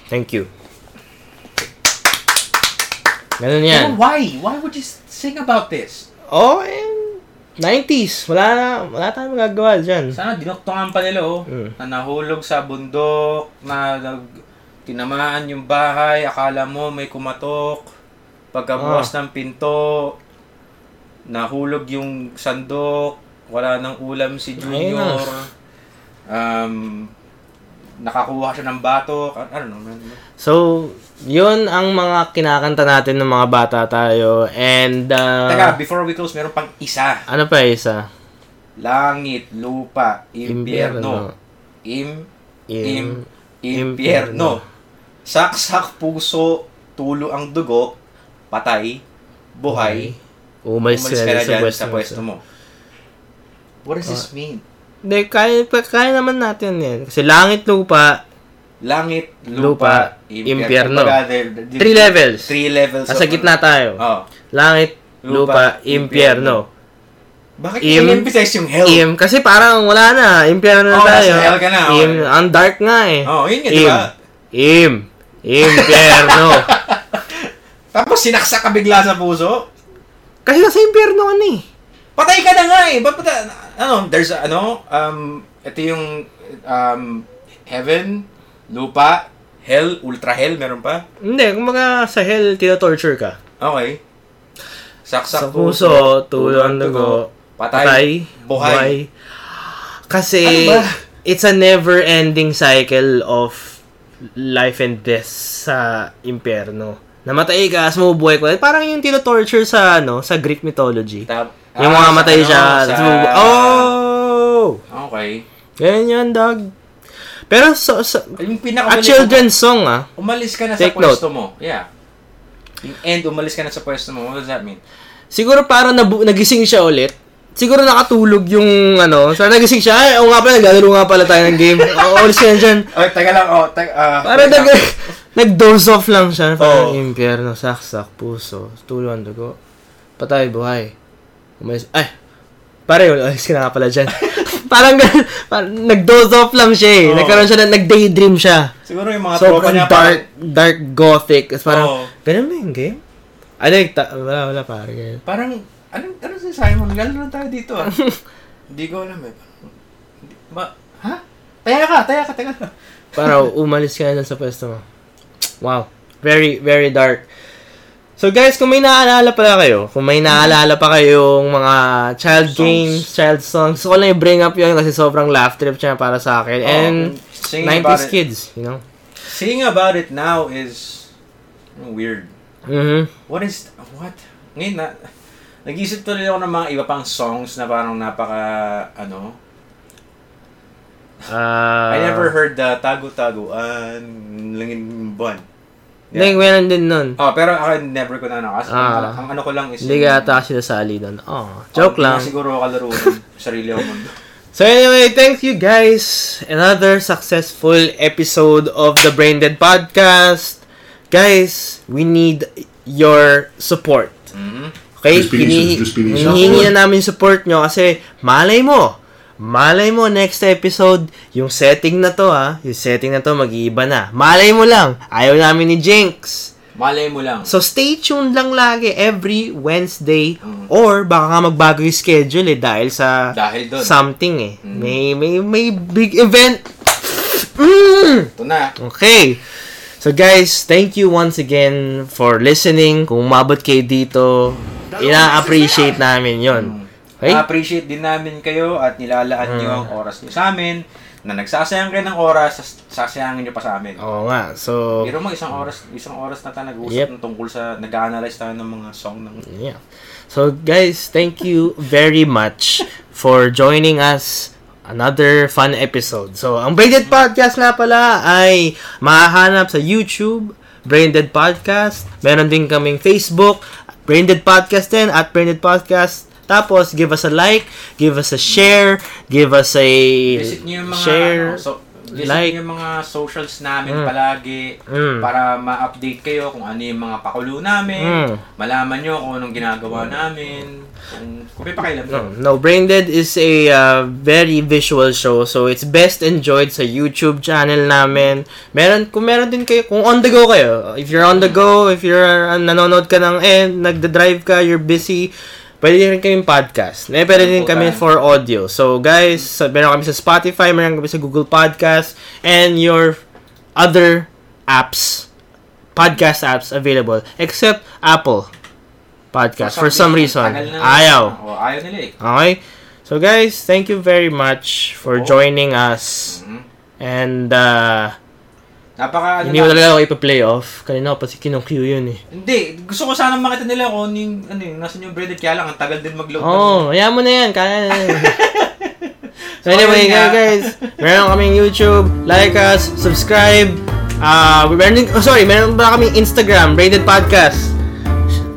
Speaker 1: Thank you. Ganun yan.
Speaker 2: Pero why? Why would you sing about this?
Speaker 1: Oh, eh, 90s. Wala na, wala tayong magagawa dyan.
Speaker 2: Sana dinoktongan pa nila, oh.
Speaker 1: Mm.
Speaker 2: Na nahulog sa bundok, na nag, tinamaan yung bahay, akala mo may kumatok. Pagkabukas ng pinto, nahulog yung sandok, wala nang ulam si Junior. Um, nakakuha siya ng batok. I I don't know, man.
Speaker 1: So, yun ang mga kinakanta natin ng mga bata tayo. And, uh,
Speaker 2: Teka, before we close, meron pang isa.
Speaker 1: ano pa isa?
Speaker 2: Langit, lupa, impyerno. Im, Im, impyerno. Saksak puso, tulo ang dugo, patay, buhay,
Speaker 1: Umalis
Speaker 2: umalis
Speaker 1: ka
Speaker 2: ka
Speaker 1: na
Speaker 2: na
Speaker 1: sa
Speaker 2: dyan
Speaker 1: pwesto.
Speaker 2: sa pwesto mo. Ah, What does this mean?
Speaker 1: Hindi, kaya, pa- kaya naman natin yan. Kasi langit, lupa,
Speaker 2: Langit,
Speaker 1: Lupa,
Speaker 2: lupa,
Speaker 1: impyerno.
Speaker 2: impyerno. Kumbaga, there- there-
Speaker 1: Three levels.
Speaker 2: Three levels.
Speaker 1: nasa
Speaker 2: of-
Speaker 1: gitna tayo.
Speaker 2: Oh.
Speaker 1: Langit, lupa,
Speaker 2: Lupa,
Speaker 1: impyerno.
Speaker 2: Bakit
Speaker 1: Im-
Speaker 2: i-emphasize yung hell?
Speaker 1: Im, kasi parang wala na. Impyerno na
Speaker 2: Oh, nasa
Speaker 1: tayo.
Speaker 2: hell ka na, okay.
Speaker 1: Im, ang dark nga eh.
Speaker 2: Oh, yun nga, di
Speaker 1: Im,
Speaker 2: ba?
Speaker 1: Im, impyerno.
Speaker 2: Tapos sinaksak ka bigla sa puso?
Speaker 1: kasi nasa impyerno ka na eh.
Speaker 2: Patay ka na nga eh. Ba't pata- ano, there's a, ano, um, ito yung, um, heaven, lupa, hell, ultra hell, meron pa?
Speaker 1: Hindi, kumbaga sa hell, tinatorture ka.
Speaker 2: Okay.
Speaker 1: Sa
Speaker 2: Saksak
Speaker 1: puso, tulo ang dugo.
Speaker 2: Patay, buhay.
Speaker 1: Kasi,
Speaker 2: Ano ba?
Speaker 1: it's a never-ending cycle of life and death sa impyerno. Namatay ka, as mabubuhay ko. Parang yung tino-torture sa, ano, sa Greek mythology.
Speaker 2: Tap-
Speaker 1: yung mga
Speaker 2: Ah,
Speaker 1: matay
Speaker 2: ano,
Speaker 1: siya,
Speaker 2: sa-
Speaker 1: tas mabubuhay. Oh!
Speaker 2: Okay.
Speaker 1: Ganyan yan, dog. Pero, so, so,
Speaker 2: Yung
Speaker 1: a
Speaker 2: pinaka
Speaker 1: children's song, ah.
Speaker 2: Umalis ka na
Speaker 1: Take
Speaker 2: sa pwesto mo. Yeah. Yung end, umalis ka na sa pwesto mo. What does that mean?
Speaker 1: Siguro parang nabu- nagising siya ulit. Siguro nakatulog yung ano. So nagising siya. Ay, oo nga pala, naglalaro nga pala tayo ng game. Oo, ulit siya dyan.
Speaker 2: Okay, taga lang. Oh, tag, ah,
Speaker 1: Parang
Speaker 2: wait
Speaker 1: nag...
Speaker 2: lang.
Speaker 1: Nag-doze off lang siya. Parang
Speaker 2: Oo.
Speaker 1: impyerno, saksak, puso, tulo ang dugo. Patay, buhay. Umalis. Ay! Pare, alis ka na nga pala dyan. parang, ganun. parang nag-doze off lang siya eh.
Speaker 2: Oo.
Speaker 1: Nagkaroon siya na, nag-daydream siya.
Speaker 2: Siguro yung mga tropa
Speaker 1: Sobrang
Speaker 2: niya.
Speaker 1: dark, dark gothic. Tapos parang,
Speaker 2: Oo.
Speaker 1: ganun ba yung game? Ay, nagta- wala, wala pare. ganun.
Speaker 2: Parang, ano, ano si Simon? Lalo na tayo dito ah. Hindi ko alam eh. Hindi- Ba, ha? Taya ka, taya ka, taya ka.
Speaker 1: Para umalis ka na dun sa pwesto mo. Wow. Very, very dark. So guys, kung may naaalala pala kayo, kung may naaalala pa kayong mga child
Speaker 2: Songs.
Speaker 1: games, child songs, so ko lang i-bring up yun kasi sobrang laugh trip siya para sa akin. And
Speaker 2: Oh, singing
Speaker 1: 90s
Speaker 2: about It,
Speaker 1: kids, you know?
Speaker 2: singing about it now is weird.
Speaker 1: Mm-hmm.
Speaker 2: What is, what? Ngayon na, nag-isip tuloy ako ng mga iba pang songs na parang napaka, ano, I
Speaker 1: Ah.
Speaker 2: never heard the tago-taguan, langin buwan.
Speaker 1: Hindi,
Speaker 2: Yeah.
Speaker 1: Uh, meron din nun.
Speaker 2: Oh, pero ako never ko na nakas.
Speaker 1: Ah.
Speaker 2: ang, ang ano ko lang is...
Speaker 1: Hindi
Speaker 2: yung-
Speaker 1: ka ata sinasali nun. Oh, joke
Speaker 2: Hindi
Speaker 1: lang.
Speaker 2: na siguro kalaro ng sarili ako mundo.
Speaker 1: So anyway, thank you guys. Another successful episode of the Brain Dead Podcast. Guys, we need your support. Okay?
Speaker 3: Just finish
Speaker 1: Hinihi-
Speaker 3: it, just finish it.
Speaker 1: hinihingi na namin support nyo kasi malay mo, malay mo next episode, yung setting na to ha, yung setting na to mag-iiba na. Malay mo lang, ayaw namin ni Jinx.
Speaker 2: Malay mo lang.
Speaker 1: So stay tuned lang lagi every Wednesday or baka nga magbago yung schedule eh dahil sa
Speaker 2: Dahil doon.
Speaker 1: something eh. May may may big event. Mm!
Speaker 2: Ito na.
Speaker 1: Okay. So guys, thank you once again for listening. Kung umabot kayo dito, ina-appreciate namin 'yon. Okay?
Speaker 2: Na-appreciate din namin kayo at nilalaan
Speaker 1: Hmm.
Speaker 2: niyo ang oras niyo sa amin na nagsasayang kayo ng oras, sas- sasayangin niyo pa sa amin.
Speaker 1: Oo nga. So
Speaker 2: Pero mo isang oras, isang oras na tayo
Speaker 1: Yep.
Speaker 2: nag-usap ng tungkol sa nag-analyze tayo ng mga song ng
Speaker 1: Yeah. So guys, thank you very much for joining us another fun episode. So, ang Braindead Podcast nga pala ay mahahanap sa YouTube, Braindead Podcast. Meron din kaming Facebook, Braindead Podcast din, at Braindead Podcast. Tapos, give us a like, give us a share, give us a
Speaker 2: visit niyo yung mga
Speaker 1: share.
Speaker 2: ano, so, visit
Speaker 1: like. Hmm.
Speaker 2: niyo yung mga socials namin palagi
Speaker 1: Mm.
Speaker 2: para ma-update kayo kung ano yung mga pakulo namin,
Speaker 1: Mm.
Speaker 2: malaman niyo kung anong ginagawa namin, kung, kung may pakialam
Speaker 1: No, no, Hmm. Brain Dead is a uh, very visual show, so it's best enjoyed sa YouTube channel namin. Meron, kung meron din kayo, kung on the go kayo, if you're on the go, if you're uh, nanonood ka ng end, nagda-drive ka, you're busy, pwede rin kaming podcast. Eh, pwede rin kami
Speaker 2: Puta.
Speaker 1: for audio. So, guys, sa- meron kami sa Spotify, meron kami sa Google Podcast, and your other apps, podcast apps available, except Apple Podcast, for some reason.
Speaker 2: Tagal na-
Speaker 1: Ayaw.
Speaker 2: Oo, ayaw nila eh.
Speaker 1: Okay? So guys, thank you very much for
Speaker 2: Oo.
Speaker 1: joining us.
Speaker 2: Mhm.
Speaker 1: And uh,
Speaker 2: Napaka ano
Speaker 1: hindi
Speaker 2: na-
Speaker 1: ko talaga ako ipa-play off. Kanina ko pa si Kinong-Q yun eh.
Speaker 2: Hindi, gusto ko sana makita nila kung ano yung, ano yung, nasan yung breaded, kaya lang, ang tagal din mag-load.
Speaker 1: Oo, oh, mo na yan. Kaya na yan. so anyway,
Speaker 2: ayun nga.
Speaker 1: guys, meron kaming YouTube. Like us, subscribe. Ah, meron din, oh, sorry, meron pa kaming Instagram, Rated Podcast.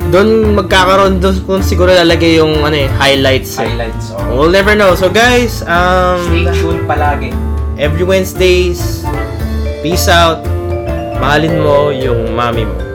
Speaker 1: Doon magkakaroon doon kung siguro lalagay yung ano eh, highlights. eh.
Speaker 2: Highlights, oo.
Speaker 1: We'll never know. So guys, um
Speaker 2: Stay tuned palagi.
Speaker 1: every Wednesdays. Peace out. Mahalin mo yung mami mo.